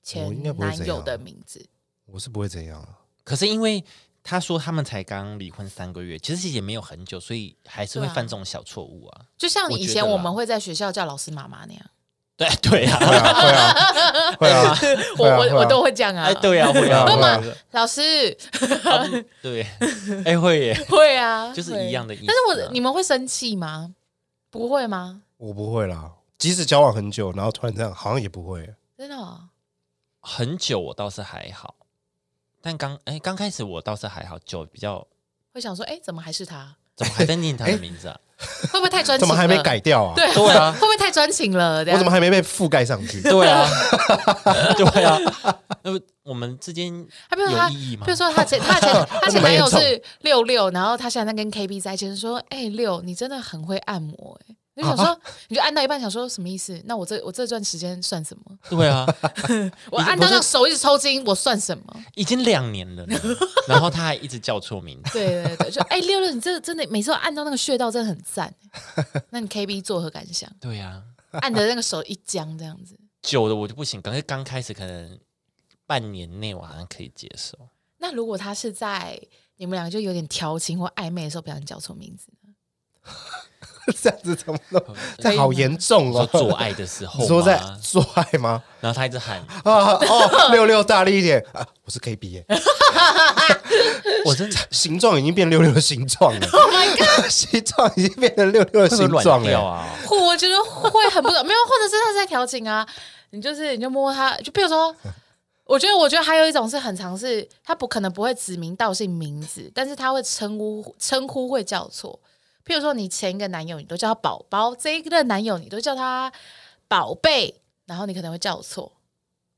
[SPEAKER 2] 前
[SPEAKER 3] 我应该不会
[SPEAKER 2] 男
[SPEAKER 3] 这
[SPEAKER 2] 友
[SPEAKER 3] 样
[SPEAKER 2] 的名字，
[SPEAKER 3] 我是不会这样啊。
[SPEAKER 1] 可是因为他说他们才刚离婚三个月，其实也没有很久，所以还是会
[SPEAKER 2] 对啊
[SPEAKER 1] 犯这种小错误啊。
[SPEAKER 2] 就像
[SPEAKER 1] 我
[SPEAKER 2] 以
[SPEAKER 1] 觉
[SPEAKER 2] 前
[SPEAKER 1] 得
[SPEAKER 2] 我
[SPEAKER 1] 啦
[SPEAKER 2] 们会在学校叫老师妈妈那样。
[SPEAKER 1] 对对啊，
[SPEAKER 3] 会 (laughs) 啊会啊会啊，
[SPEAKER 1] (laughs)
[SPEAKER 2] 我
[SPEAKER 3] 会啊
[SPEAKER 2] 我
[SPEAKER 3] 会
[SPEAKER 2] 我
[SPEAKER 3] 啊
[SPEAKER 2] 都会这样啊
[SPEAKER 1] 哎，。对啊，会啊，
[SPEAKER 3] 会啊
[SPEAKER 1] 会啊
[SPEAKER 3] 会
[SPEAKER 2] 老师
[SPEAKER 1] 啊嗯对，哎会耶， (laughs)
[SPEAKER 2] 会啊，
[SPEAKER 1] 就是
[SPEAKER 2] 会
[SPEAKER 1] 一样的意思啊。
[SPEAKER 2] 但是我你们会生气吗？不会吗？
[SPEAKER 3] 我不会啦，即使交往很久，然后突然这样，好像也不会。
[SPEAKER 2] 真的哦、
[SPEAKER 1] 很久我倒是还好，但刚哎刚开始我倒是还好，久比较
[SPEAKER 2] 会想说，哎、怎么还是他？
[SPEAKER 1] 怎么还
[SPEAKER 3] (laughs)
[SPEAKER 1] 在念他的名字啊？
[SPEAKER 2] 会不会太专情？
[SPEAKER 3] 怎么还没？改掉啊？
[SPEAKER 2] 对，
[SPEAKER 1] 对啊
[SPEAKER 2] 会不会太专情了？这
[SPEAKER 3] 我
[SPEAKER 2] 样
[SPEAKER 3] 怎么还没被覆盖上
[SPEAKER 1] (laughs)
[SPEAKER 2] (laughs)
[SPEAKER 3] 去？
[SPEAKER 1] 对啊，对啊，那不我们之间
[SPEAKER 2] 还比如说
[SPEAKER 1] 有
[SPEAKER 2] 他，
[SPEAKER 1] 意义吗
[SPEAKER 2] 比如？说他前他前他前
[SPEAKER 3] 我们
[SPEAKER 2] 男友
[SPEAKER 3] 也中
[SPEAKER 2] 是六六，然后他现在在跟 KB 在一起，就说：“哎、六，你真的很会按摩、哎，你就想说，你就按到一半，想说什么意思？那我这我这段时间算什么？
[SPEAKER 1] 对啊，
[SPEAKER 2] 我按到那手一直抽筋，我算什么？
[SPEAKER 1] 已经两年了呢，
[SPEAKER 2] (laughs)
[SPEAKER 1] 然后他还一直叫错名字，
[SPEAKER 2] 对对对，就哎、六六，你这个真的每次都按到那个穴道，真的很赞、那你 KB 作何感想？
[SPEAKER 1] 对啊，
[SPEAKER 2] 按的那个手一僵这样子，
[SPEAKER 1] 久了我就不行，可是刚开始可能半年内我好像可以接受，
[SPEAKER 2] 那如果他是在你们两个就有点调情或暧昧的时候，不小心叫错名字，
[SPEAKER 3] 这样子怎么弄？
[SPEAKER 2] 可以
[SPEAKER 3] 这
[SPEAKER 2] 吗
[SPEAKER 3] 好严重
[SPEAKER 1] 说
[SPEAKER 3] 哦！
[SPEAKER 1] 做爱的时候
[SPEAKER 3] (laughs) 你说在
[SPEAKER 1] 嘛
[SPEAKER 3] 做爱吗？
[SPEAKER 1] 然后他一直
[SPEAKER 3] (laughs)
[SPEAKER 1] 喊，
[SPEAKER 3] 啊哦，六六大力一
[SPEAKER 2] (laughs)
[SPEAKER 3] 点啊！我是 KB 耶，
[SPEAKER 1] 我真的
[SPEAKER 3] 形状已经变六六的形状
[SPEAKER 2] (laughs)
[SPEAKER 3] 了。Oh my god！形状已经变成六六的
[SPEAKER 1] 会
[SPEAKER 3] 形
[SPEAKER 1] 不会
[SPEAKER 3] 状
[SPEAKER 1] 软掉
[SPEAKER 3] 了。
[SPEAKER 1] 啊？
[SPEAKER 2] 或我觉得会很不懂，没有，或者是他在调情啊，你就是你就摸他，就比如说，我觉得我觉得还有一种是很常是，他不可能不会指名道姓名字，但是他会称呼称呼会叫错，譬如说你前一个男友你都叫他宝宝，这一个男友你都叫他宝贝，然后你可能会叫错，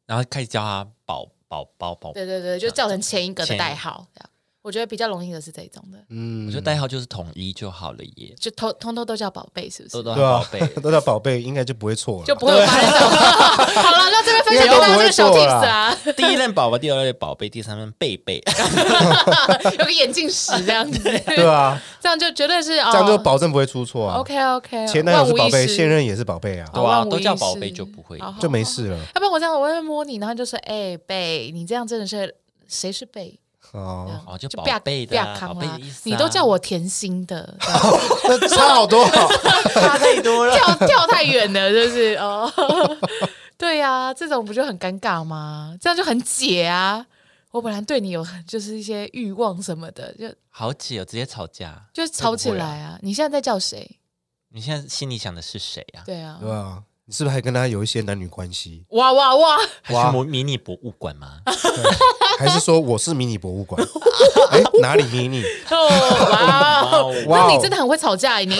[SPEAKER 1] 然后开始叫他宝宝宝宝，
[SPEAKER 2] 对对对，就叫成前一个的
[SPEAKER 1] 前
[SPEAKER 2] 代号，这样我觉得比较容易的是这种的，
[SPEAKER 3] 嗯，
[SPEAKER 1] 我觉得代号就是统一就好了耶，
[SPEAKER 2] 就通通通都叫宝贝，是不是？
[SPEAKER 1] 都都
[SPEAKER 3] 对
[SPEAKER 1] 宝
[SPEAKER 3] 啊
[SPEAKER 1] 贝，，
[SPEAKER 3] (laughs) 都叫宝贝，应该就不会错了。
[SPEAKER 2] 就不会有发生这种。 (laughs) 好了，那这边分享给大家这个小
[SPEAKER 3] 应该都
[SPEAKER 2] tips
[SPEAKER 3] 不会做
[SPEAKER 2] 啊，
[SPEAKER 1] 第一任宝宝，第二任宝贝，第三任贝贝，
[SPEAKER 2] 有个眼镜石这样子，
[SPEAKER 3] 对啊，
[SPEAKER 2] (laughs) 这样就绝对是哦，
[SPEAKER 3] 这样就保证不会出错啊。
[SPEAKER 2] OK OK，
[SPEAKER 3] 前男友是宝贝，现任也是宝贝啊，
[SPEAKER 1] 对啊
[SPEAKER 2] 哦万无
[SPEAKER 1] 都叫
[SPEAKER 2] 一
[SPEAKER 1] 宝
[SPEAKER 2] 失哦
[SPEAKER 1] 贝就不会
[SPEAKER 2] 好好
[SPEAKER 3] 就没事了
[SPEAKER 2] 要不然我这样，我会摸你，然后就说：“哎、贝，你这样真的是谁是贝？”这
[SPEAKER 3] 哦。
[SPEAKER 2] 样
[SPEAKER 1] 哦就
[SPEAKER 2] 不
[SPEAKER 1] 宝
[SPEAKER 2] 要
[SPEAKER 1] 贝
[SPEAKER 2] 不
[SPEAKER 1] 的啊
[SPEAKER 2] 要
[SPEAKER 1] 宝
[SPEAKER 2] 扛
[SPEAKER 1] 贝
[SPEAKER 2] 啦
[SPEAKER 1] 的意思啊
[SPEAKER 2] 你都叫我甜心
[SPEAKER 1] (laughs)
[SPEAKER 2] 的，啊这样
[SPEAKER 3] 那差好多，啊
[SPEAKER 1] 差太多了。
[SPEAKER 2] 跳跳太远了，就是哦，对呀、这种不就很尴尬吗？这样就很解啊。我本来对你有就是一些欲望什么的，就
[SPEAKER 1] 好姐哦，直接吵架。
[SPEAKER 2] 就吵起
[SPEAKER 1] 会不会啊
[SPEAKER 2] 来啊。你现在在叫谁？
[SPEAKER 1] 你现在心里想的是谁啊？
[SPEAKER 2] 对啊
[SPEAKER 3] (laughs) 对，吧？你是不是还跟他有一些男女关系？
[SPEAKER 2] 哇哇哇！
[SPEAKER 1] 还
[SPEAKER 3] 哇
[SPEAKER 1] 是模迷你博物馆吗？
[SPEAKER 3] 还是说我是迷你博物
[SPEAKER 2] (laughs)
[SPEAKER 3] 馆？哎，哪里迷你？ (laughs)
[SPEAKER 2] 哦，哇哦！
[SPEAKER 3] 哇
[SPEAKER 2] 那
[SPEAKER 3] 哦
[SPEAKER 2] 你真的很会吵架，欸你 (laughs)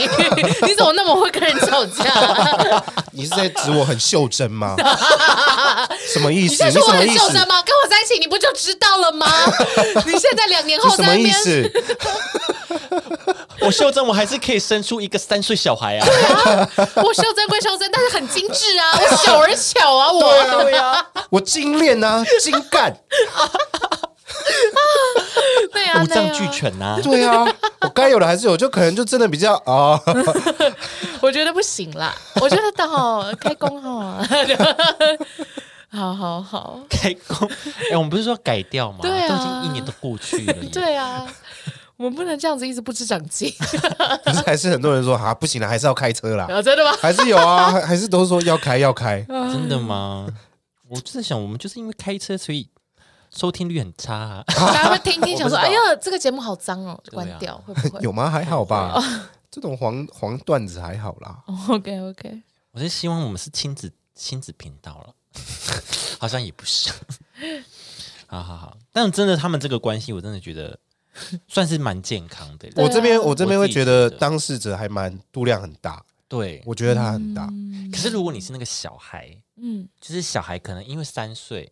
[SPEAKER 2] 你怎么那么会跟人吵
[SPEAKER 3] (laughs)
[SPEAKER 2] 架？
[SPEAKER 3] 你是在指我很袖
[SPEAKER 2] (laughs)
[SPEAKER 3] 珍吗？什么意
[SPEAKER 2] 你
[SPEAKER 3] 思？
[SPEAKER 2] 在
[SPEAKER 3] 你
[SPEAKER 2] 说我
[SPEAKER 3] 什么
[SPEAKER 2] 很
[SPEAKER 3] 意
[SPEAKER 2] 袖珍
[SPEAKER 3] 思？
[SPEAKER 2] 吗？跟我在一起你不就知道
[SPEAKER 3] (laughs)
[SPEAKER 2] 了吗？你现在两年
[SPEAKER 3] 你
[SPEAKER 2] 后
[SPEAKER 3] 什
[SPEAKER 2] 在
[SPEAKER 3] 么
[SPEAKER 2] 那
[SPEAKER 3] 意
[SPEAKER 2] 边，
[SPEAKER 3] 思？
[SPEAKER 1] (laughs)
[SPEAKER 2] (laughs)
[SPEAKER 1] 我袖珍，我还是可以生出一个三岁小 (laughs) 孩啊！
[SPEAKER 2] 我袖珍归袖珍，但是很精致啊，我小而巧啊，我
[SPEAKER 1] 对啊，
[SPEAKER 3] 我精炼啊，精干。
[SPEAKER 2] 对啊，
[SPEAKER 1] 五脏
[SPEAKER 2] 对
[SPEAKER 1] 俱
[SPEAKER 2] 啊。
[SPEAKER 1] 全啊！ (laughs)
[SPEAKER 3] 对啊，我该有的还是有，就可能就真的比较啊，
[SPEAKER 2] 我觉得不行啦，我觉得到哦开工哈， (laughs) 好好好，
[SPEAKER 1] 开工，哎，我们不是说改掉吗？
[SPEAKER 2] 对啊
[SPEAKER 1] 都已经一年都过去了耶。
[SPEAKER 2] 对啊，我们不能这样子一直不知长进，
[SPEAKER 3] 可 (laughs) 是还是很多人说啊，不行了，还是要开车啦，
[SPEAKER 2] 啊真的吗？
[SPEAKER 3] 还是有啊，还还是都说要开要开。
[SPEAKER 2] 嗯
[SPEAKER 1] 真的吗？啊我就在想，我们就是因为开车，所以收听率很差啊。
[SPEAKER 2] 大家会听听想
[SPEAKER 1] (laughs)
[SPEAKER 2] 说，
[SPEAKER 1] 我不
[SPEAKER 2] 哎
[SPEAKER 1] 知道啊
[SPEAKER 2] 呀，这个节目好脏哦，就关掉、会
[SPEAKER 1] (laughs)
[SPEAKER 2] 不会？
[SPEAKER 3] (laughs) 有吗？还好吧，
[SPEAKER 2] 嗯
[SPEAKER 3] 这种黄黄段子还好啦。
[SPEAKER 2] OK OK，
[SPEAKER 1] (laughs) 我是希望我们是亲子亲子频道了， (laughs) 好像也不是。 (laughs) 好好好，但真的他们这个关系，我真的觉得算是蛮健康的。
[SPEAKER 2] 对啊
[SPEAKER 3] 我这边我这边会觉得
[SPEAKER 1] 我自己觉得
[SPEAKER 3] 当事者还蛮度量很大，
[SPEAKER 1] 对，
[SPEAKER 3] 我觉得他很大。
[SPEAKER 1] 可是如果你是那个小孩，
[SPEAKER 2] 嗯，
[SPEAKER 1] 就是小孩可能因为三岁，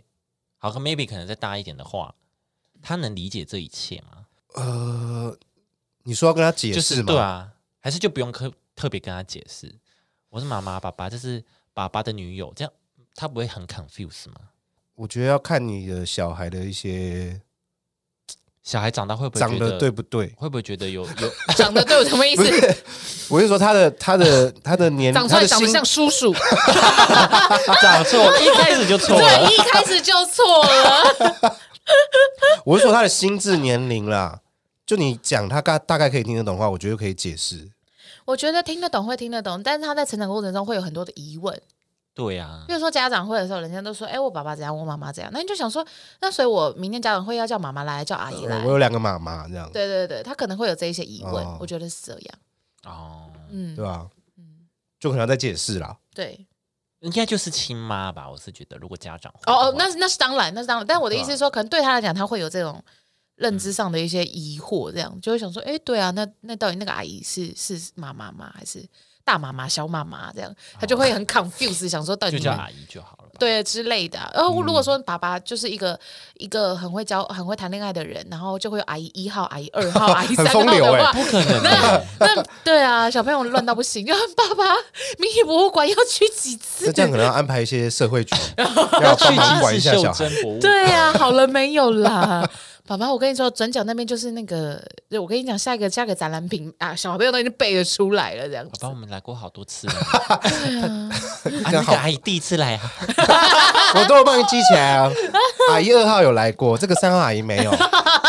[SPEAKER 1] 好，可 maybe 可能再大一点的话，他能理解这一切吗？
[SPEAKER 2] 嗯
[SPEAKER 3] 呃，你说要跟他解
[SPEAKER 1] 就
[SPEAKER 3] 释
[SPEAKER 1] 是
[SPEAKER 3] 吗？
[SPEAKER 1] 对啊，还是就不用特特别跟他解释，我是妈妈，爸爸这是爸爸的女友，这样他不会很 confuse 吗？
[SPEAKER 3] 我觉得要看你的小孩的一些
[SPEAKER 1] 小孩长大会不会
[SPEAKER 3] 长
[SPEAKER 1] 觉
[SPEAKER 3] 得
[SPEAKER 1] 得
[SPEAKER 3] 对不对。
[SPEAKER 1] 会不会觉得有有
[SPEAKER 2] 长得对我什么意思？
[SPEAKER 3] (laughs) 我是说他的
[SPEAKER 2] (laughs)
[SPEAKER 3] 他的他的年
[SPEAKER 2] 长出
[SPEAKER 3] 他
[SPEAKER 2] 来
[SPEAKER 3] 的
[SPEAKER 2] 长得
[SPEAKER 3] 心 (laughs)
[SPEAKER 2] 像叔叔，
[SPEAKER 1] 讲错，一 (laughs) 开始就错了。
[SPEAKER 2] 对，一开始就错了。
[SPEAKER 3] 我是说他的心智年龄啦。就你讲他大大概可以听得懂的话，我觉得可以解释。
[SPEAKER 2] 我觉得听得懂会听得懂，但是他在成长过程中会有很多的疑问，
[SPEAKER 1] (laughs) 对啊
[SPEAKER 2] 比，如说家长会的时候，人家都说：“哎、我爸爸怎样，我妈妈怎样。”那你就想说，那所以我明天家长会要叫妈妈来，叫阿姨哎来
[SPEAKER 1] 嗯
[SPEAKER 3] 我。有两个妈妈这样，
[SPEAKER 2] 对对对，他可能会有这一些疑问，
[SPEAKER 3] 哦
[SPEAKER 2] 我觉得是这样。
[SPEAKER 1] 哦，
[SPEAKER 2] 嗯，
[SPEAKER 3] 对吧？
[SPEAKER 2] 嗯
[SPEAKER 3] 就可能要再解释啦。
[SPEAKER 2] 对。
[SPEAKER 1] 应该就是亲妈吧，我是觉得，如果家长会
[SPEAKER 2] 哦
[SPEAKER 1] 的
[SPEAKER 2] 哦
[SPEAKER 1] 话，
[SPEAKER 2] 那是那是当然，那是当然。但我的意
[SPEAKER 1] 啊
[SPEAKER 2] 思是说，可能对他来讲，他会有这种认
[SPEAKER 1] 嗯
[SPEAKER 2] 知上的一些疑惑，这样就会想说：“哎、对啊，那那到底那个阿姨是是妈妈吗？还是大妈妈、小妈妈？”这样他就会很 confused，想说到底
[SPEAKER 1] 哦就
[SPEAKER 2] 你
[SPEAKER 1] 叫
[SPEAKER 2] 们
[SPEAKER 1] 阿姨嗯就好了吧。
[SPEAKER 2] 嗯对之类的啊、然后如果说爸爸就是一个、一个很会教、很会谈恋爱的人，然后就会有阿姨一号、阿姨二号、阿姨三号
[SPEAKER 3] 很风流
[SPEAKER 2] 的话，
[SPEAKER 1] 欸不可能的，
[SPEAKER 2] 那对啊，小朋友乱到不行。 (laughs) 然后爸爸迷你博物馆要去几次
[SPEAKER 3] 那？这样可能要安排一些社会局，
[SPEAKER 2] (laughs)
[SPEAKER 3] 要帮忙管一
[SPEAKER 1] 去
[SPEAKER 3] 下
[SPEAKER 1] 金秀
[SPEAKER 3] 小孩
[SPEAKER 1] 珍。博物馆，
[SPEAKER 2] 对啊，好了没有啦？ (laughs) 爸爸，我跟你说，转角那边就是那个，对我跟你讲，下一个下一个展览品啊，小朋友都已经背得出来了，这样
[SPEAKER 1] 爸
[SPEAKER 2] 子
[SPEAKER 1] 爸，我。们来过好多次了。啊，
[SPEAKER 3] 刚
[SPEAKER 1] 那
[SPEAKER 3] 好
[SPEAKER 1] 个阿姨第一次来啊，
[SPEAKER 3] 我都有帮你记起来啊。 (laughs) 阿姨二号有来过，这个三号阿姨没
[SPEAKER 2] (laughs)
[SPEAKER 3] 有。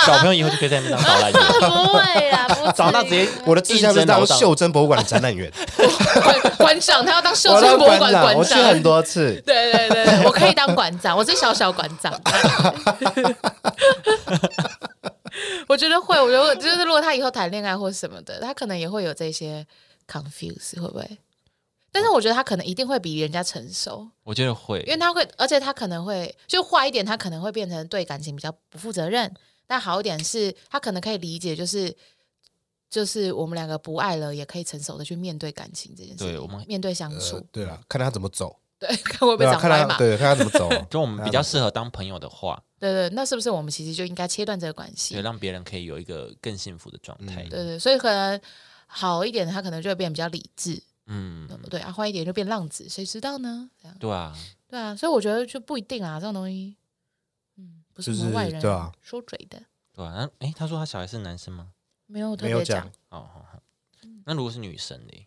[SPEAKER 1] 小朋友以后就可以在那当导览 (laughs) 员，
[SPEAKER 2] 不会啦，不
[SPEAKER 1] 长大直接
[SPEAKER 3] 我的志向是当秀珍博物馆的展览员，
[SPEAKER 2] 馆馆长，他要当 (laughs) 秀
[SPEAKER 3] 我
[SPEAKER 2] 珍
[SPEAKER 3] 当
[SPEAKER 2] 博物馆
[SPEAKER 3] 长，
[SPEAKER 2] 馆
[SPEAKER 3] 我去很多次。
[SPEAKER 2] 对对对对，我可以当馆长，我是小小馆长。 (laughs) 我觉得会，我觉得就是如果他以后谈恋爱或什么的，他可能也会有这些 confuse，会不会？但是我觉得他可能一定会比人家成熟，
[SPEAKER 1] 我觉得会
[SPEAKER 2] 因，为他会，而且他可能会就坏一点，他可能会变成对感情比较不负责任；但好一点是他可能可以理解，就是就是我们两个不爱了，也可以成熟的去面对感情这件事情，
[SPEAKER 1] 对我们
[SPEAKER 2] 面对相处，
[SPEAKER 3] 呃，对了，看他怎么走，
[SPEAKER 2] 对，看 (laughs) 会不
[SPEAKER 3] 对
[SPEAKER 2] 会
[SPEAKER 3] 吧？
[SPEAKER 2] 长
[SPEAKER 3] 看
[SPEAKER 2] 歪
[SPEAKER 3] 他，
[SPEAKER 2] 嘛？
[SPEAKER 3] 对，看他怎么
[SPEAKER 2] (laughs)
[SPEAKER 3] 走。
[SPEAKER 1] 就我们比较适合当朋友的话，
[SPEAKER 2] 对对，那是不是我们其实就应该切断这个关系
[SPEAKER 1] 对，？让别人可以有一个更幸福的状态。
[SPEAKER 2] 对对，所以可能好一点，他可能就会变得比较理智，
[SPEAKER 1] 嗯，
[SPEAKER 2] 对啊，坏一点就变浪子，谁知道呢？这样
[SPEAKER 1] 对啊，
[SPEAKER 2] 对啊，所以我觉得就不一定啊，这种东西，嗯，不是
[SPEAKER 3] 就
[SPEAKER 2] 我们
[SPEAKER 3] 是
[SPEAKER 2] 外人
[SPEAKER 3] 对啊
[SPEAKER 2] 说嘴的，
[SPEAKER 1] 对啊。那诶，他说他小孩是男生吗？
[SPEAKER 2] 没有特
[SPEAKER 3] 没有
[SPEAKER 2] 别
[SPEAKER 3] 讲
[SPEAKER 2] 讲，
[SPEAKER 1] 哦，好好。那如果是女生呢？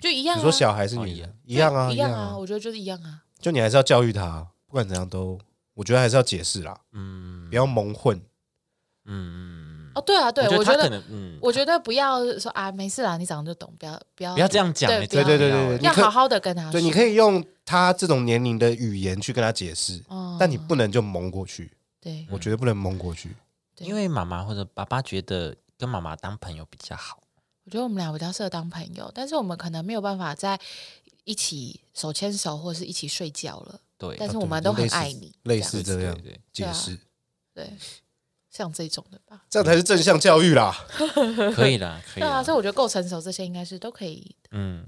[SPEAKER 2] 就一样、啊。
[SPEAKER 3] 你说小孩是女人，一样啊，
[SPEAKER 2] 一
[SPEAKER 3] 一
[SPEAKER 2] 样
[SPEAKER 3] 样
[SPEAKER 2] 啊，
[SPEAKER 3] 啊。
[SPEAKER 2] 我觉得就是一样啊。
[SPEAKER 3] 就你还是要教育他，不管怎样都，我觉得还是要解释啦，
[SPEAKER 1] 嗯
[SPEAKER 3] 不要蒙混。
[SPEAKER 1] 嗯嗯，
[SPEAKER 2] 哦，对啊，对，我
[SPEAKER 1] 他
[SPEAKER 2] 觉
[SPEAKER 1] 可
[SPEAKER 2] 得，
[SPEAKER 1] 能嗯，
[SPEAKER 2] 我觉得不要说啊，没事啦，你长得就懂，不要不要
[SPEAKER 1] 不要这，样讲
[SPEAKER 2] 对
[SPEAKER 1] 欸，
[SPEAKER 2] 不要
[SPEAKER 1] 真的
[SPEAKER 3] 对对
[SPEAKER 1] 不
[SPEAKER 3] 对
[SPEAKER 1] 要
[SPEAKER 3] 对
[SPEAKER 1] 欸
[SPEAKER 3] 你
[SPEAKER 2] 要
[SPEAKER 3] 可
[SPEAKER 2] 好好的跟他说。
[SPEAKER 3] 对，你可以用他这种年龄的语言去跟他解释，
[SPEAKER 2] 哦，
[SPEAKER 3] 但你不能就蒙过去。
[SPEAKER 2] 对
[SPEAKER 3] 我觉得不能蒙过去。
[SPEAKER 2] 对
[SPEAKER 1] 因为妈妈或者爸爸觉得跟妈妈当朋友比较好。
[SPEAKER 2] 我觉得我们俩比较适合当朋友，但是我们可能没有办法在一起手牵手或是一起睡觉了。
[SPEAKER 1] 对，
[SPEAKER 2] 但
[SPEAKER 3] 啊
[SPEAKER 2] 是
[SPEAKER 3] 对
[SPEAKER 2] 我们
[SPEAKER 3] 就
[SPEAKER 2] 都很
[SPEAKER 3] 类似
[SPEAKER 2] 爱你，
[SPEAKER 3] 类
[SPEAKER 2] 这
[SPEAKER 3] 似
[SPEAKER 2] 样
[SPEAKER 3] 这样
[SPEAKER 1] 对对
[SPEAKER 3] 解释，
[SPEAKER 2] 对，啊像这种的吧。
[SPEAKER 3] 这样才是正向教育啦。
[SPEAKER 1] 对，可以啦，可以
[SPEAKER 2] 对啊，
[SPEAKER 1] 啦
[SPEAKER 2] 所。以我觉得够成熟，这些应该是都可以的。
[SPEAKER 1] 嗯，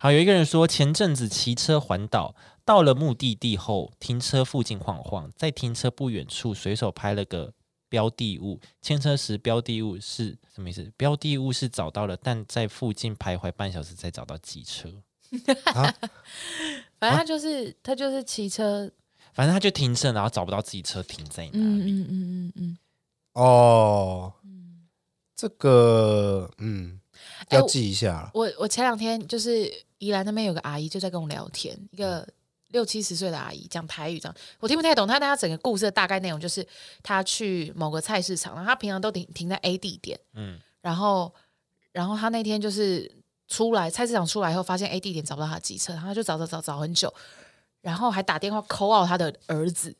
[SPEAKER 1] 好，有一个人说，前阵子骑车环岛，到了目的地后，停车附近晃晃，在停车不远处随手拍了个标的物。牵车时标的物是什么意思？标的物是找到了，但在附近徘徊半小时才找到机车。
[SPEAKER 2] 反正
[SPEAKER 3] 啊
[SPEAKER 2] 他就是、他就是骑车，
[SPEAKER 1] 反正他就停车，然后找不到自己车停在哪
[SPEAKER 2] 嗯
[SPEAKER 1] 里。
[SPEAKER 2] 嗯嗯嗯嗯。
[SPEAKER 3] 哦，
[SPEAKER 2] 嗯
[SPEAKER 3] 这个嗯，
[SPEAKER 2] 哎
[SPEAKER 3] 要
[SPEAKER 2] 我
[SPEAKER 3] 记一下啦。
[SPEAKER 2] 我我前两天就是宜兰那边有个阿姨就在跟我聊天，一个六七十岁的阿姨讲台语，这样我听不太懂。她但她整个故事的大概内容就是，她去某个菜市场，然后她平常都停停在 A 地点，
[SPEAKER 1] 嗯
[SPEAKER 2] 然后然后她那天就是出来菜市场出来以后，发现 A 地点找不到她的机车，然后她就找找找找很久，然后还打电话 call out 她的儿子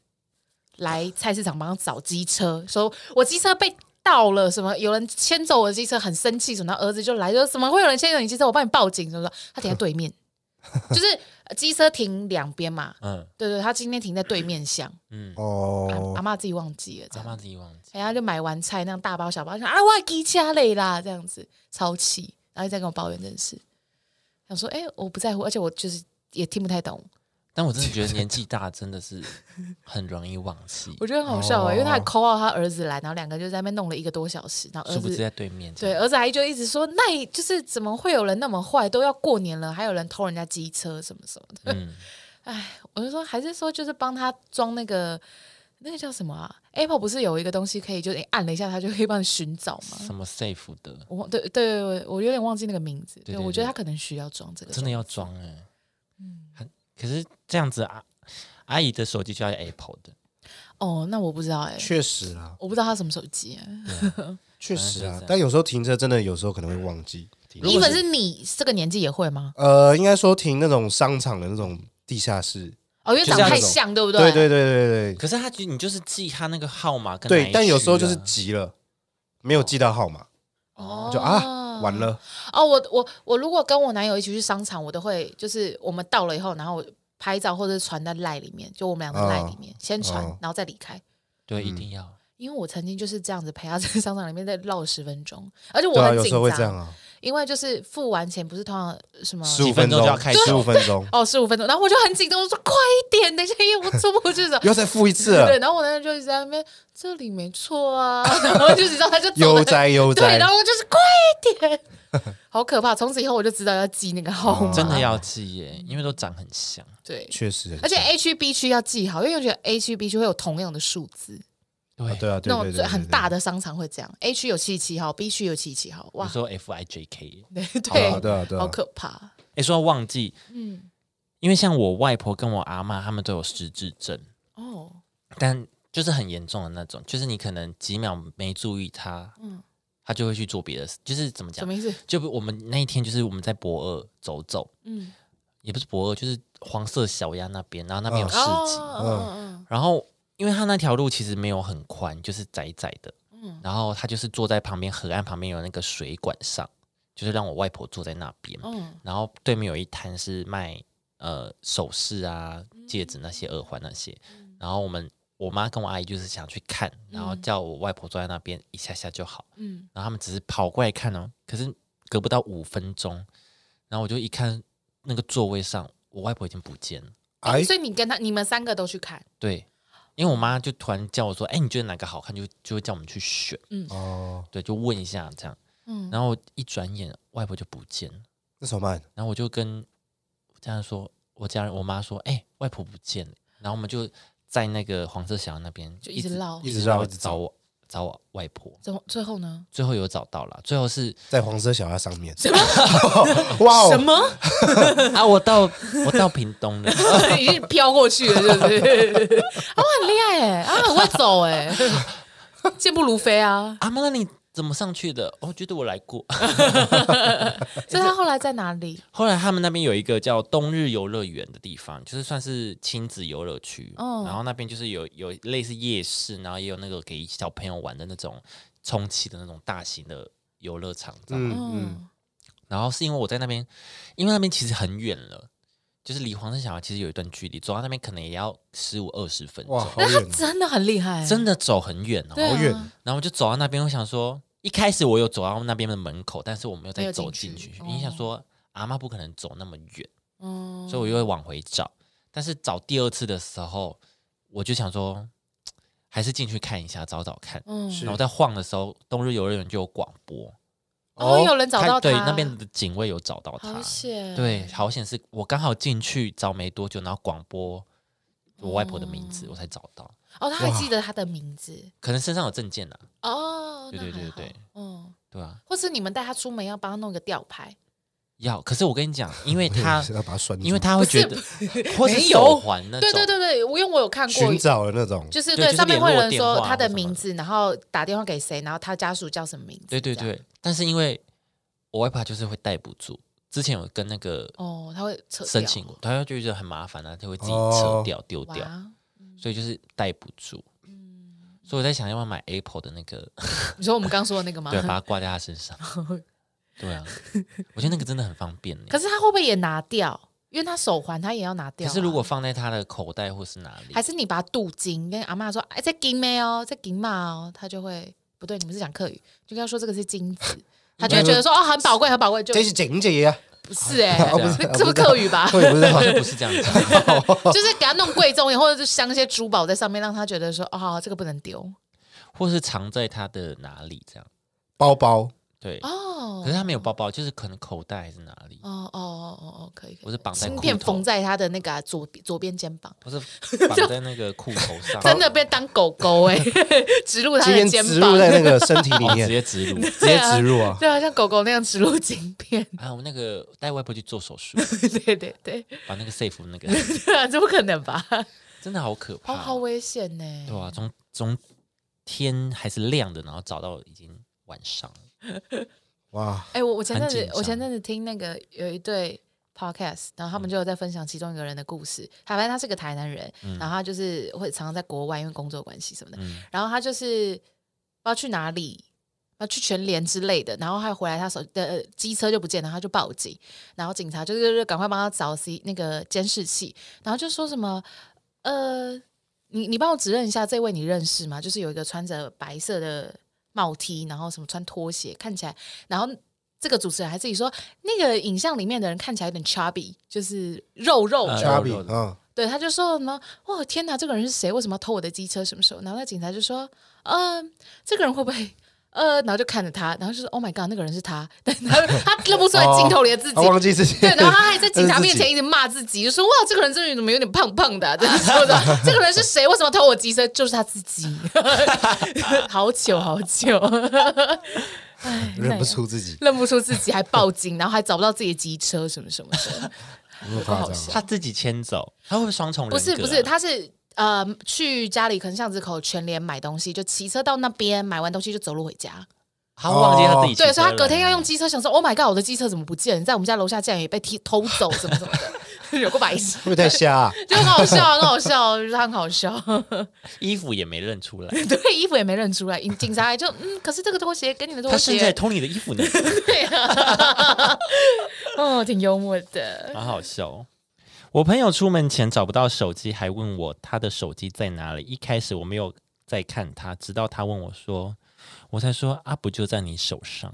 [SPEAKER 2] 来菜市场帮她找机车，说我机车被。盗了什么？有人牵走我的机车，很生气什么？然后儿子就来说：“怎么会有人牵走你机车？我帮你报警什么的。”他停在对面，就是呃机车停两边嘛。
[SPEAKER 1] 嗯
[SPEAKER 2] 对对，他今天停在对面巷，
[SPEAKER 1] 嗯，
[SPEAKER 3] 哦
[SPEAKER 2] 阿阿，妈自己忘记了，这
[SPEAKER 1] 阿
[SPEAKER 2] 样
[SPEAKER 1] 妈自己忘记。
[SPEAKER 2] 人家就买完菜那样大包小包，就说啊，我给家累啦，这样子超气，然后一直在跟我抱怨这件事，想说哎、我不在乎，而且我就是也听不太懂，，
[SPEAKER 1] 但我真的觉得年纪大真的是很容易忘记
[SPEAKER 2] 我觉得很好笑啊、
[SPEAKER 3] 哦
[SPEAKER 2] 因为他还 call 到他儿子来，然后两个就在那边弄了一个多小时，然后儿
[SPEAKER 1] 殊不知
[SPEAKER 2] 子。
[SPEAKER 1] 在对面。
[SPEAKER 2] 对，，儿子阿姨就一直说，那你就是怎么会有人那么坏？都要过年了，还有人偷人家机车什么什么的。
[SPEAKER 1] 嗯，
[SPEAKER 2] 我就说，还是说就是帮他装那个那个叫什么啊？Apple 不是有一个东西可以，就是你按了一下，它就可以帮你寻找吗？
[SPEAKER 1] 什么 safe 的，
[SPEAKER 2] 我忘对对对，我我有点忘记那个名字。
[SPEAKER 1] 对
[SPEAKER 2] 对，
[SPEAKER 1] 对
[SPEAKER 2] 我觉得
[SPEAKER 1] 对
[SPEAKER 2] 他可能需要装这个。
[SPEAKER 1] 真的要装哎、
[SPEAKER 2] 嗯
[SPEAKER 1] 很可是这样子啊，阿姨的手机就要 Apple 的，
[SPEAKER 2] 哦，那我不知道哎、
[SPEAKER 3] 确实啦，
[SPEAKER 2] 我不知道他什么手机、欸。
[SPEAKER 3] 确
[SPEAKER 1] 反正就
[SPEAKER 3] 实
[SPEAKER 1] 是这
[SPEAKER 3] 啊
[SPEAKER 1] 样。
[SPEAKER 3] 但有时候停车真的有时候可能会忘记。
[SPEAKER 1] 如果
[SPEAKER 2] 粉是你这个年纪也会吗？
[SPEAKER 3] 呃，应该说停那种商场的那种地下室，
[SPEAKER 2] 哦，因为
[SPEAKER 1] 就
[SPEAKER 2] 长
[SPEAKER 1] 像
[SPEAKER 2] 太
[SPEAKER 3] 那种
[SPEAKER 2] 像，对不对？
[SPEAKER 3] 对对对对对
[SPEAKER 1] 可是他就你就是记他那个号码跟哪
[SPEAKER 3] 对
[SPEAKER 1] 一，
[SPEAKER 3] 但有时候
[SPEAKER 1] 区
[SPEAKER 3] 就
[SPEAKER 1] 啊
[SPEAKER 3] 是急了，没有记到号码，
[SPEAKER 2] 哦，
[SPEAKER 3] 就啊完。了，
[SPEAKER 2] 哦，我我我如果跟我男友一起去商场，我都会就是我们到了以后，然后我拍照或者是传在赖里面，就我们两个赖里面、先传
[SPEAKER 3] 哦，
[SPEAKER 2] 然后再离开。
[SPEAKER 1] 对，一
[SPEAKER 3] 嗯
[SPEAKER 1] 定要。
[SPEAKER 2] 因为我曾经就是这样子陪他在商场里面再绕十分钟，而且我
[SPEAKER 3] 对啊，
[SPEAKER 2] 很
[SPEAKER 3] 有时候
[SPEAKER 2] 紧
[SPEAKER 3] 会这样
[SPEAKER 2] 张，嗯
[SPEAKER 3] 啊，
[SPEAKER 2] 因为就是付完钱不是通常什么
[SPEAKER 3] 十
[SPEAKER 1] 几
[SPEAKER 3] 五
[SPEAKER 1] 分
[SPEAKER 3] 分
[SPEAKER 1] 钟
[SPEAKER 3] 钟
[SPEAKER 1] 就要开始
[SPEAKER 3] 十五分钟，
[SPEAKER 2] 哦十五分钟，然后我就很紧张，我说快一点，等一下因为我出不去的时候
[SPEAKER 3] 又再付一次
[SPEAKER 2] 对，
[SPEAKER 3] 了，
[SPEAKER 2] 然后我男友就一直在那边这里没错啊， (laughs) 然后就你知道他就走
[SPEAKER 3] (laughs) 悠
[SPEAKER 2] 了，
[SPEAKER 3] 哉悠
[SPEAKER 2] 对，
[SPEAKER 3] 哉
[SPEAKER 2] 然，后我就是快一点， (laughs) 好可怕！从此以后我就知道要记那个号码，
[SPEAKER 3] 哦
[SPEAKER 1] 真的要记耶，因为都长很像。
[SPEAKER 2] 对。
[SPEAKER 3] 确实很像，
[SPEAKER 2] 而且 A 区 B 区要记好，因为我觉得 A 区 B 区会有同样的数字，
[SPEAKER 1] 哦对
[SPEAKER 3] 啊对啊，对
[SPEAKER 2] 那
[SPEAKER 3] 对
[SPEAKER 2] 种
[SPEAKER 3] 对
[SPEAKER 2] 最
[SPEAKER 3] 对，
[SPEAKER 2] 很
[SPEAKER 3] 对
[SPEAKER 2] 大，的商场会这样，A 区有七十七号，B 区有七十七号，
[SPEAKER 1] 你
[SPEAKER 2] 哇，
[SPEAKER 1] 说 F I J K，
[SPEAKER 2] 对
[SPEAKER 3] 对
[SPEAKER 2] 对
[SPEAKER 3] 啊，对啊对啊，
[SPEAKER 2] 好可怕，
[SPEAKER 1] 哎，说到忘记，
[SPEAKER 2] 嗯，
[SPEAKER 1] 因为像我外婆跟我阿妈，他们都有失智症，
[SPEAKER 2] 哦，
[SPEAKER 1] 但就是很严重的那种，就是你可能几秒没注意他，嗯
[SPEAKER 2] 嗯，
[SPEAKER 1] 他就会去做别的事，就是怎么
[SPEAKER 2] 什
[SPEAKER 1] 讲
[SPEAKER 2] 么？意思？
[SPEAKER 1] 就我们那一天就是我们在博二走走，
[SPEAKER 2] 嗯，
[SPEAKER 1] 也不是博二，就是黄色小鸭那边，然后那边有市
[SPEAKER 2] 哦
[SPEAKER 1] 集，
[SPEAKER 2] 哦，
[SPEAKER 1] 然后因为他那条路其实没有很宽，就是窄窄的，
[SPEAKER 2] 嗯
[SPEAKER 1] 然后他就是坐在旁边河岸旁边有那个水管上，就是让我外婆坐在那边，
[SPEAKER 2] 哦嗯
[SPEAKER 1] 然后对面有一摊是卖呃首饰啊、
[SPEAKER 2] 嗯
[SPEAKER 1] 戒指那些、耳环那些，然后我们我妈跟我阿姨就是想去看，然后叫我外婆坐在那边一下下就好，
[SPEAKER 2] 嗯
[SPEAKER 1] 然后他们只是跑过来看哦，可是隔不到五分钟，然后我就一看那个座位上，我外婆已经不见了，
[SPEAKER 2] 嗯，
[SPEAKER 3] 哎，
[SPEAKER 2] 所以你跟他，你们三个都去看，
[SPEAKER 1] 对。因为我妈就突然叫我说：“哎、你觉得哪个好看？”就就会叫我们去选，
[SPEAKER 3] 哦，
[SPEAKER 1] 对，就问一下这样。
[SPEAKER 2] 嗯，
[SPEAKER 1] 然后一转眼，外婆就不见了。
[SPEAKER 3] 那怎么办？
[SPEAKER 1] 然后我就跟我家人说，我家人我妈说，哎、外婆不见了。然后我们就在那个黄色小巷那边
[SPEAKER 2] 就一直绕
[SPEAKER 3] 一直绕
[SPEAKER 1] 一
[SPEAKER 3] 一
[SPEAKER 1] 直
[SPEAKER 3] 直
[SPEAKER 1] 找
[SPEAKER 3] 找
[SPEAKER 1] 我找我外婆，
[SPEAKER 2] 最后最后呢？
[SPEAKER 1] 最后有找到了。最后是
[SPEAKER 3] 在黄色小鸭上面， (laughs) 哇
[SPEAKER 2] 什
[SPEAKER 3] 哦，
[SPEAKER 2] 么？
[SPEAKER 1] 啊，我到我到屏东了，
[SPEAKER 2] (laughs) 已经飘过去了，是
[SPEAKER 1] (laughs)
[SPEAKER 2] 不是？啊，我很厉害哎、啊，很会走
[SPEAKER 3] (laughs)
[SPEAKER 2] 哎、健步如飞啊！
[SPEAKER 1] 阿妈，那你怎么上去的？哦我觉得我来过。 (laughs)
[SPEAKER 2] 所以他后来在哪里？
[SPEAKER 1] 后来他们那边有一个叫冬日游乐园的地方，就是算是亲子游乐区。
[SPEAKER 2] 哦
[SPEAKER 1] 然后那边就是有有类似夜市，然后也有那个给小朋友玩的那种充气的那种大型的游乐场这样。
[SPEAKER 3] 嗯嗯，
[SPEAKER 2] 嗯
[SPEAKER 1] 然后是因为我在那边，因为那边其实很远了，就是离黄山小孩其实有一段距离，走到那边可能也要十五二十分
[SPEAKER 3] 哇，
[SPEAKER 1] 钟，
[SPEAKER 3] 好
[SPEAKER 2] 那他
[SPEAKER 3] 远哦，
[SPEAKER 2] 真的很厉害、
[SPEAKER 1] 真的走很远哦。
[SPEAKER 2] 对啊
[SPEAKER 3] 好远，
[SPEAKER 1] 然后我就走到那边，我想说，一开始我有走到那边的门口，但是我没有
[SPEAKER 2] 没
[SPEAKER 1] 再
[SPEAKER 2] 有
[SPEAKER 1] 走进
[SPEAKER 2] 进
[SPEAKER 1] 去
[SPEAKER 2] 去，
[SPEAKER 1] 因为想
[SPEAKER 2] 哦
[SPEAKER 1] 说阿妈不可能走那么远。
[SPEAKER 2] 嗯
[SPEAKER 1] 所以我就会往回找。但是找第二次的时候，我就想说，还是进去看一下，找找看。
[SPEAKER 2] 嗯
[SPEAKER 3] 是
[SPEAKER 1] 然后在晃的时候，冬日游乐园就有广播，
[SPEAKER 2] 哦，有人找到他，
[SPEAKER 1] 对那边的警卫有找到他
[SPEAKER 2] 好，险，
[SPEAKER 1] 对，好险是我刚好进去找没多久，然后广播我外婆的名字，我才找到。
[SPEAKER 2] 哦，他还记得他的名字
[SPEAKER 1] 可能身上有证件啦，
[SPEAKER 2] 哦，
[SPEAKER 1] 对
[SPEAKER 2] 那
[SPEAKER 1] 对对
[SPEAKER 2] 还好
[SPEAKER 1] 对，
[SPEAKER 2] 嗯，
[SPEAKER 1] 对啊，
[SPEAKER 2] 或是你们带他出门要帮他弄个吊牌，
[SPEAKER 1] 要。可是我跟你讲，因为他，
[SPEAKER 3] 哦 (laughs) 要把它拴住，
[SPEAKER 1] 因为他会觉得，或是
[SPEAKER 2] 没
[SPEAKER 1] 手
[SPEAKER 2] 有
[SPEAKER 1] 环那种，
[SPEAKER 2] 对对对对，我因为我有看过
[SPEAKER 3] 寻。找的那种，
[SPEAKER 2] 就是
[SPEAKER 1] 对
[SPEAKER 2] 对，
[SPEAKER 1] 就是
[SPEAKER 2] 上面会有人
[SPEAKER 1] 联络
[SPEAKER 2] 说
[SPEAKER 1] 电话
[SPEAKER 2] 他的
[SPEAKER 1] 或什么
[SPEAKER 2] 名字，然后打电话给谁，然后他家属叫什么名字？
[SPEAKER 1] 对对
[SPEAKER 2] 这样，
[SPEAKER 1] 对，但是因为我外婆就是会带不住，之前有跟那个
[SPEAKER 2] 哦，他会扯
[SPEAKER 1] 申
[SPEAKER 2] 掉
[SPEAKER 1] 请过，她就觉得很麻烦啊，就会自己扯
[SPEAKER 3] 哦
[SPEAKER 1] 掉丢掉，
[SPEAKER 2] 哇嗯
[SPEAKER 1] 所以就是带不住。所以我在想要不要买 Apple 的那个，
[SPEAKER 2] 你说我们刚说的那个吗？
[SPEAKER 1] (laughs) 对，啊把它挂在她身上。对啊，我觉得那个真的很方便欸。
[SPEAKER 2] (laughs) 可是他会不会也拿掉？因为他手环他也要拿掉啊、
[SPEAKER 1] 可是如果放在她的口袋或是哪里
[SPEAKER 2] 还，是你把它镀金，跟阿妈说：“哎，这金妹哦，这金嘛哦。”他就会不对，你们是讲客语，就跟他说这个是
[SPEAKER 1] (laughs)
[SPEAKER 2] 金子，他就会觉得说：“哦，很宝贵，很宝贵。”就
[SPEAKER 3] 这是警姐呀，
[SPEAKER 1] (laughs)
[SPEAKER 2] 不是哎、
[SPEAKER 1] 哦不
[SPEAKER 2] 欸，
[SPEAKER 1] 是
[SPEAKER 2] 这不是客语吧？
[SPEAKER 3] 我也不知道
[SPEAKER 1] 好，
[SPEAKER 2] (laughs)
[SPEAKER 1] 像不是这样子。
[SPEAKER 2] 就是给他弄贵重一点，或者是镶一些珠宝在上面，让他觉得说：“哦，这个不能丢
[SPEAKER 1] 或是藏在她的哪里这样。
[SPEAKER 3] 包包
[SPEAKER 1] 对，
[SPEAKER 2] 哦。”
[SPEAKER 1] 可是她没有包包，就是可能口袋还是哪里，
[SPEAKER 2] 哦哦哦哦哦，可以可
[SPEAKER 1] 或
[SPEAKER 2] 以。
[SPEAKER 1] 是绑在
[SPEAKER 2] 芯
[SPEAKER 1] 裤
[SPEAKER 2] 片
[SPEAKER 1] 头
[SPEAKER 2] 缝，在他的那个啊、左左边肩膀，
[SPEAKER 1] 或
[SPEAKER 2] (laughs)
[SPEAKER 1] 是绑在那个裤头上，
[SPEAKER 2] 真的被当狗狗哎、 (laughs) 植入他
[SPEAKER 3] 今
[SPEAKER 2] 的
[SPEAKER 3] 天
[SPEAKER 2] 肩
[SPEAKER 3] 植
[SPEAKER 2] 膀
[SPEAKER 3] 入，在那个身
[SPEAKER 1] (laughs)
[SPEAKER 3] 体
[SPEAKER 1] 哦
[SPEAKER 3] 里
[SPEAKER 1] 直接
[SPEAKER 3] 面，
[SPEAKER 1] 植入。
[SPEAKER 3] 直接植入啊，
[SPEAKER 2] (laughs) 对啊，像狗狗那样植入晶片， (laughs)
[SPEAKER 1] 啊，我那个带外婆去做手术，
[SPEAKER 2] 对对对， (laughs)
[SPEAKER 1] 把那个 safe 那个，
[SPEAKER 2] 对啊，这不可能吧？
[SPEAKER 1] 真的好可怕
[SPEAKER 2] 好
[SPEAKER 1] 哦、
[SPEAKER 2] 好危险呢、
[SPEAKER 1] 对啊，从从天还是亮的，然后找到已经晚上了，
[SPEAKER 3] 哇，
[SPEAKER 2] 哎、我我前阵
[SPEAKER 1] 很紧
[SPEAKER 2] 子
[SPEAKER 1] 张
[SPEAKER 2] 我前阵子听那个有一对 podcast，然
[SPEAKER 1] 嗯
[SPEAKER 2] 后他们就有在分享其中一个人的故事。他反正他是个台南人，然后他就是会常常在国外，因为工作关系什么的。
[SPEAKER 1] 嗯
[SPEAKER 2] 然后他就是不知道去哪里，啊去全联之类的，然后他回来他手的、呃、机车就不见了，他就报警，然后警察就是就是赶快帮他找 C 那个监视器，然后就说什么呃，你你帮我指认一下这位你认识吗？就是有一个穿着白色的帽 T，然后什么穿拖鞋，看起来，然后。这个主持人还自己说，那个影像里面的人看起来有点 chubby，就是肉肉的，
[SPEAKER 1] 嗯
[SPEAKER 3] 加比
[SPEAKER 1] 肉肉的
[SPEAKER 3] 嗯，
[SPEAKER 2] 对，他就说什么，哇，天哪，这个人是谁？为什么要偷我的机车？什么时候？然后那警察就说，呃，这个人会不会？呃，然后就看着他，然后就说，Oh my god，那个人是他， (laughs) 但他他认不出来镜头里的自己。
[SPEAKER 3] 他忘记自己，
[SPEAKER 2] 对，然后他还在警察面
[SPEAKER 3] 哦自
[SPEAKER 2] 前
[SPEAKER 3] 己
[SPEAKER 2] 一直骂自己，就说：“哇，这个人这个人怎么有点胖胖的、啊？”这 (laughs) 样说的，这个人是谁？为什么偷我机车？就是他自己， (laughs) 好久好 (laughs) 久，哎，那
[SPEAKER 3] (laughs) 认
[SPEAKER 2] 也
[SPEAKER 3] 不出自己，
[SPEAKER 2] 认不出自己，还报警，然后还找不到自己的机车什么什么的。
[SPEAKER 3] 那么夸
[SPEAKER 2] 好
[SPEAKER 3] 张。啊
[SPEAKER 1] 他自己牵走，他会不会双重人格
[SPEAKER 2] 啊不
[SPEAKER 1] 啊
[SPEAKER 2] 是不是，他是呃去家里可能巷子口全联买东西，就骑车到那边买完东西就走路回家。
[SPEAKER 1] 他忘记他自己骑车啊
[SPEAKER 2] 哦对，
[SPEAKER 1] 了，
[SPEAKER 2] 所以他隔天要用机车，想说 Oh my god，我的机车怎么不见？在我们家楼下竟然也被踢偷走，什么什么的， (laughs) 有个白痴
[SPEAKER 3] 会。不会太
[SPEAKER 2] (laughs)
[SPEAKER 3] 瞎啊？
[SPEAKER 2] 就很好笑，很好笑，就是他很好笑。 (laughs)
[SPEAKER 1] 衣服也没认出来，
[SPEAKER 2] 对，衣服也没认出来，警察还就嗯，可是这个拖鞋跟你的拖
[SPEAKER 1] 他甚至还
[SPEAKER 2] 鞋，
[SPEAKER 1] 偷你的衣服呢，
[SPEAKER 2] (laughs) 对啊， (laughs) 哦，挺幽默 (laughs) 的。
[SPEAKER 1] 好好笑哦。我朋友出门前找不到手机，还问我他的手机在哪里。一开始我没有在看他，直到他问我说，我才说啊，不就在你手上？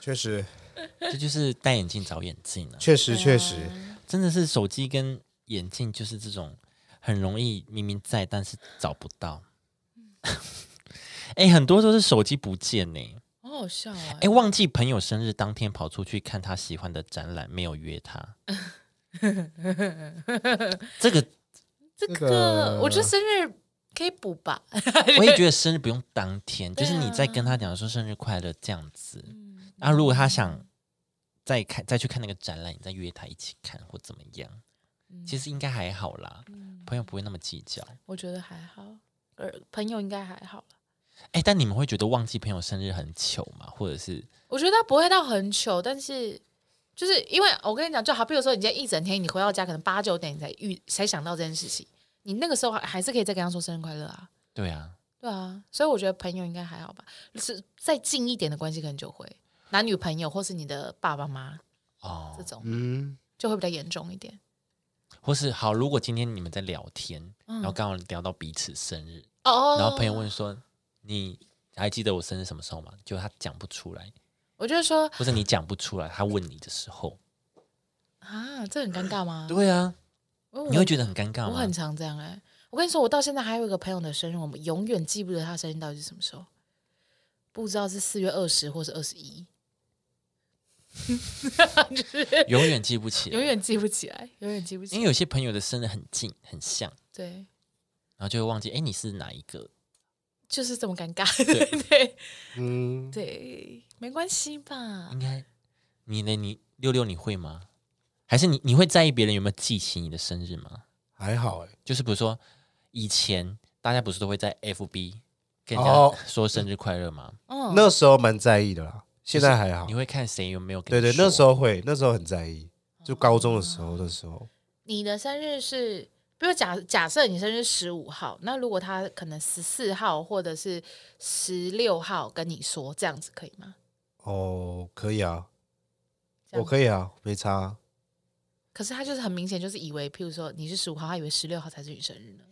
[SPEAKER 3] 确实，
[SPEAKER 1] 这就是戴眼镜找眼镜啊，
[SPEAKER 3] 确实，确实，
[SPEAKER 1] 真的是手机跟眼镜就是这种很容易明明在，但是找不到。 (laughs) 哎、很多都是手机不见呢、
[SPEAKER 2] 好好笑啊
[SPEAKER 1] 哎、！忘记朋友生日当天跑出去看他喜欢的展览，没有约他。这个
[SPEAKER 2] 这
[SPEAKER 3] 这个
[SPEAKER 2] 个我觉得生日可以补吧，
[SPEAKER 1] (laughs) 我也觉得生日不用当
[SPEAKER 2] (laughs)
[SPEAKER 1] 天，就
[SPEAKER 2] 对啊
[SPEAKER 1] 是你在跟他讲说生日快乐这样子。
[SPEAKER 2] 嗯
[SPEAKER 1] 那、
[SPEAKER 2] 啊
[SPEAKER 1] 如果他想再看再去看那个展览，你再约他一起看或怎么样，
[SPEAKER 2] 嗯
[SPEAKER 1] 其实应该还好啦，朋友不会那么计较。
[SPEAKER 2] 我觉得还好，呃，朋友应该还好啦
[SPEAKER 1] 哎、但你们会觉得忘记朋友生日很糗吗？或者是
[SPEAKER 2] 我觉得他不会到很糗，但是就是因为我跟你讲，就好比如说你今天一整天，你回到家可能八九点你才遇才想到这件事情，你那个时候还还是可以再跟他说生日快乐啊，
[SPEAKER 1] 对啊，
[SPEAKER 2] 对啊，所以我觉得朋友应该还好吧，是再近一点的关系可能就会男女朋友或是你的爸爸妈妈
[SPEAKER 1] 哦
[SPEAKER 2] 这，种、
[SPEAKER 3] 嗯，
[SPEAKER 2] 就会比较严重一点。
[SPEAKER 1] 或是好，如果今天你们在聊天，
[SPEAKER 2] 嗯
[SPEAKER 1] 然后刚好聊到彼此生日，
[SPEAKER 2] 哦，
[SPEAKER 1] 然后朋友，问说：“你还记得我生日什么时候吗？”就他讲不出来，
[SPEAKER 2] 我就说
[SPEAKER 1] 或者你讲不出来，他问你的时候，
[SPEAKER 2] 啊，这很尴尬吗？
[SPEAKER 1] 对啊，
[SPEAKER 2] 因为我
[SPEAKER 1] 你会觉得很尴尬
[SPEAKER 2] 哦我
[SPEAKER 1] 吗
[SPEAKER 2] 很？常这样哎、我跟你说，我到现在还有一个朋友的生日，我们永远记不得他生日到底是什么时候，不知道是四月二十或是二十一，就是
[SPEAKER 1] 永远记不起来
[SPEAKER 2] (laughs) 永，远记不起来，永远记不起
[SPEAKER 1] 因
[SPEAKER 2] 来。
[SPEAKER 1] 为有些朋友的生日很近很像，
[SPEAKER 2] 对，
[SPEAKER 1] 然后就会忘记，哎，你是哪一个？
[SPEAKER 2] 就是这么尴尬。
[SPEAKER 1] 对
[SPEAKER 2] 对 (laughs) 对
[SPEAKER 3] 嗯，
[SPEAKER 2] 对，没关系吧
[SPEAKER 1] 应？该你呢？你六六你会吗？还是你你会在意别人有没有记起你的生日吗？
[SPEAKER 3] 还好哎，
[SPEAKER 1] 就是比如说以前大家不是都会在 FB 跟人
[SPEAKER 3] 哦
[SPEAKER 1] 家说生日快乐吗？
[SPEAKER 2] 嗯，
[SPEAKER 3] 那时候蛮在意的啦，现在还好
[SPEAKER 1] 你。会看谁有没有跟
[SPEAKER 3] 对
[SPEAKER 1] 你
[SPEAKER 3] 对，那
[SPEAKER 1] 说
[SPEAKER 3] 时候会，那时候很在意，就
[SPEAKER 2] 哦
[SPEAKER 3] 高中的时候的时候，
[SPEAKER 2] 你的生日是，比如假假设你生日十五号，那如果他可能十四号或者是十六号跟你说，这样子可以吗？
[SPEAKER 3] 哦，可以啊，
[SPEAKER 2] 这样
[SPEAKER 3] 我可以啊，没差啊，
[SPEAKER 2] 可是他就是很明显，就是以为，譬如说你是十五号，他以为十六号才是你生日呢。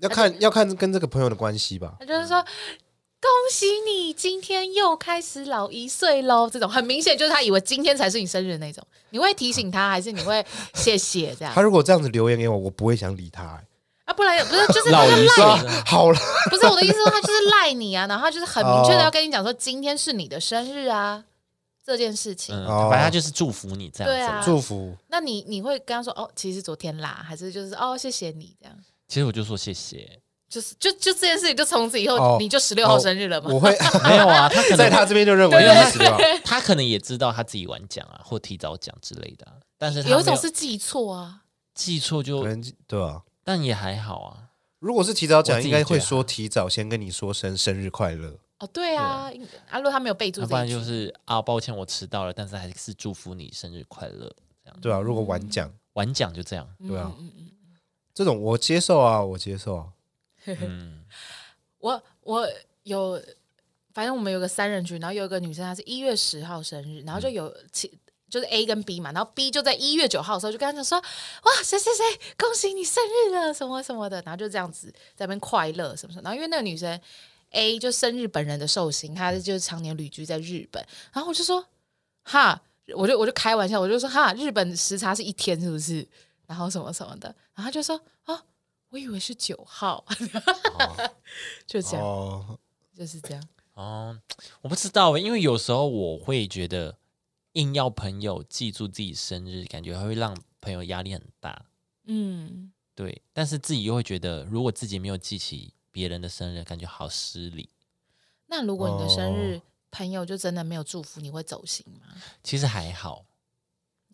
[SPEAKER 3] 要看要看跟这个朋友的关系吧。
[SPEAKER 2] 他就是说，恭喜你今天又开始老一岁喽。这种很明显就是他以为今天才是你生日的那种。你会提醒他，还是你会谢谢这样
[SPEAKER 3] 他？如果这样子留言给我，我不会想理他欸。
[SPEAKER 2] 啊，不然不是就是
[SPEAKER 1] 老
[SPEAKER 2] 他
[SPEAKER 1] 一
[SPEAKER 2] 就
[SPEAKER 1] 岁
[SPEAKER 2] 赖
[SPEAKER 1] 了
[SPEAKER 2] 你，
[SPEAKER 3] 好了，
[SPEAKER 2] 不是我的意思，说他就是赖你啊，然后他就是很明确的
[SPEAKER 3] 哦
[SPEAKER 2] 要跟你讲说今天是你的生日啊这件事情。
[SPEAKER 1] 嗯，
[SPEAKER 3] 哦
[SPEAKER 1] 反正他就是祝福你这样子。
[SPEAKER 2] 对啊
[SPEAKER 3] 祝福
[SPEAKER 2] 那你你会跟他说哦，其实昨天啦，还是就是哦谢谢你这样。
[SPEAKER 1] 其实我就说谢
[SPEAKER 3] (laughs)
[SPEAKER 1] 谢，
[SPEAKER 2] 就是就就这件事情，就从此以后、
[SPEAKER 3] 哦
[SPEAKER 2] 你就十六号
[SPEAKER 3] 哦
[SPEAKER 2] 生日了嘛。(laughs)
[SPEAKER 3] 我会
[SPEAKER 1] 没有啊，他可
[SPEAKER 3] 在他
[SPEAKER 1] 能
[SPEAKER 3] 这边就认为是吧？
[SPEAKER 1] 他可能也知道他自己晚讲啊，或提早讲之类的啊、但是他没
[SPEAKER 2] 有一种是记错啊，
[SPEAKER 1] 记错就
[SPEAKER 3] 可，能对啊吧？
[SPEAKER 1] 但也还好啊。
[SPEAKER 3] 如果是提早
[SPEAKER 1] 我
[SPEAKER 3] 讲，
[SPEAKER 1] 自己
[SPEAKER 3] 应该
[SPEAKER 1] 觉
[SPEAKER 3] 会
[SPEAKER 1] 得
[SPEAKER 3] 说
[SPEAKER 1] 啊
[SPEAKER 3] 提早先跟你说声生日快乐。
[SPEAKER 2] 哦对啊，应啊如果他没有备注
[SPEAKER 1] 要
[SPEAKER 2] 这一
[SPEAKER 1] 不然
[SPEAKER 2] 句
[SPEAKER 1] 就是啊，抱歉我迟到了，但是还是祝福你生日快乐。这
[SPEAKER 2] 嗯
[SPEAKER 1] 样
[SPEAKER 3] 对啊，如果晚讲
[SPEAKER 1] 晚讲就这样，
[SPEAKER 3] 对啊
[SPEAKER 2] 嗯嗯嗯
[SPEAKER 3] 这种，我接受啊，我接受啊。
[SPEAKER 1] 嗯，
[SPEAKER 2] 我我有，反正我们有个三人群，然后有一个女生她是一月十号生日，然后就有其。就是 A 跟 B 嘛，然后 B 就在一月九号的时候就跟她讲说，哇，谁谁谁，恭喜你生日了，什么什么的，然后就这样子在那边快乐什么什么，然后因为那个女生 A 就生日本人的寿星，她就是常年旅居在日本，然后我就说，哈，我就我就开玩笑，我就说哈，日本时差是一天是不是？然后什么什么的，然后她就说啊，我以为是九号， (laughs) 就这样。
[SPEAKER 3] 哦，
[SPEAKER 2] 就是这样。
[SPEAKER 1] 哦，我不知道欸，因为有时候我会觉得硬要朋友记住自己生日，感觉会让朋友压力很大。
[SPEAKER 2] 嗯，
[SPEAKER 1] 对，但是自己又会觉得，如果自己没有记起别人的生日，感觉好失礼。
[SPEAKER 2] 那如果你的
[SPEAKER 3] 哦
[SPEAKER 2] 生日、朋友就真的没有祝福，你会走心吗？
[SPEAKER 1] 其实还好，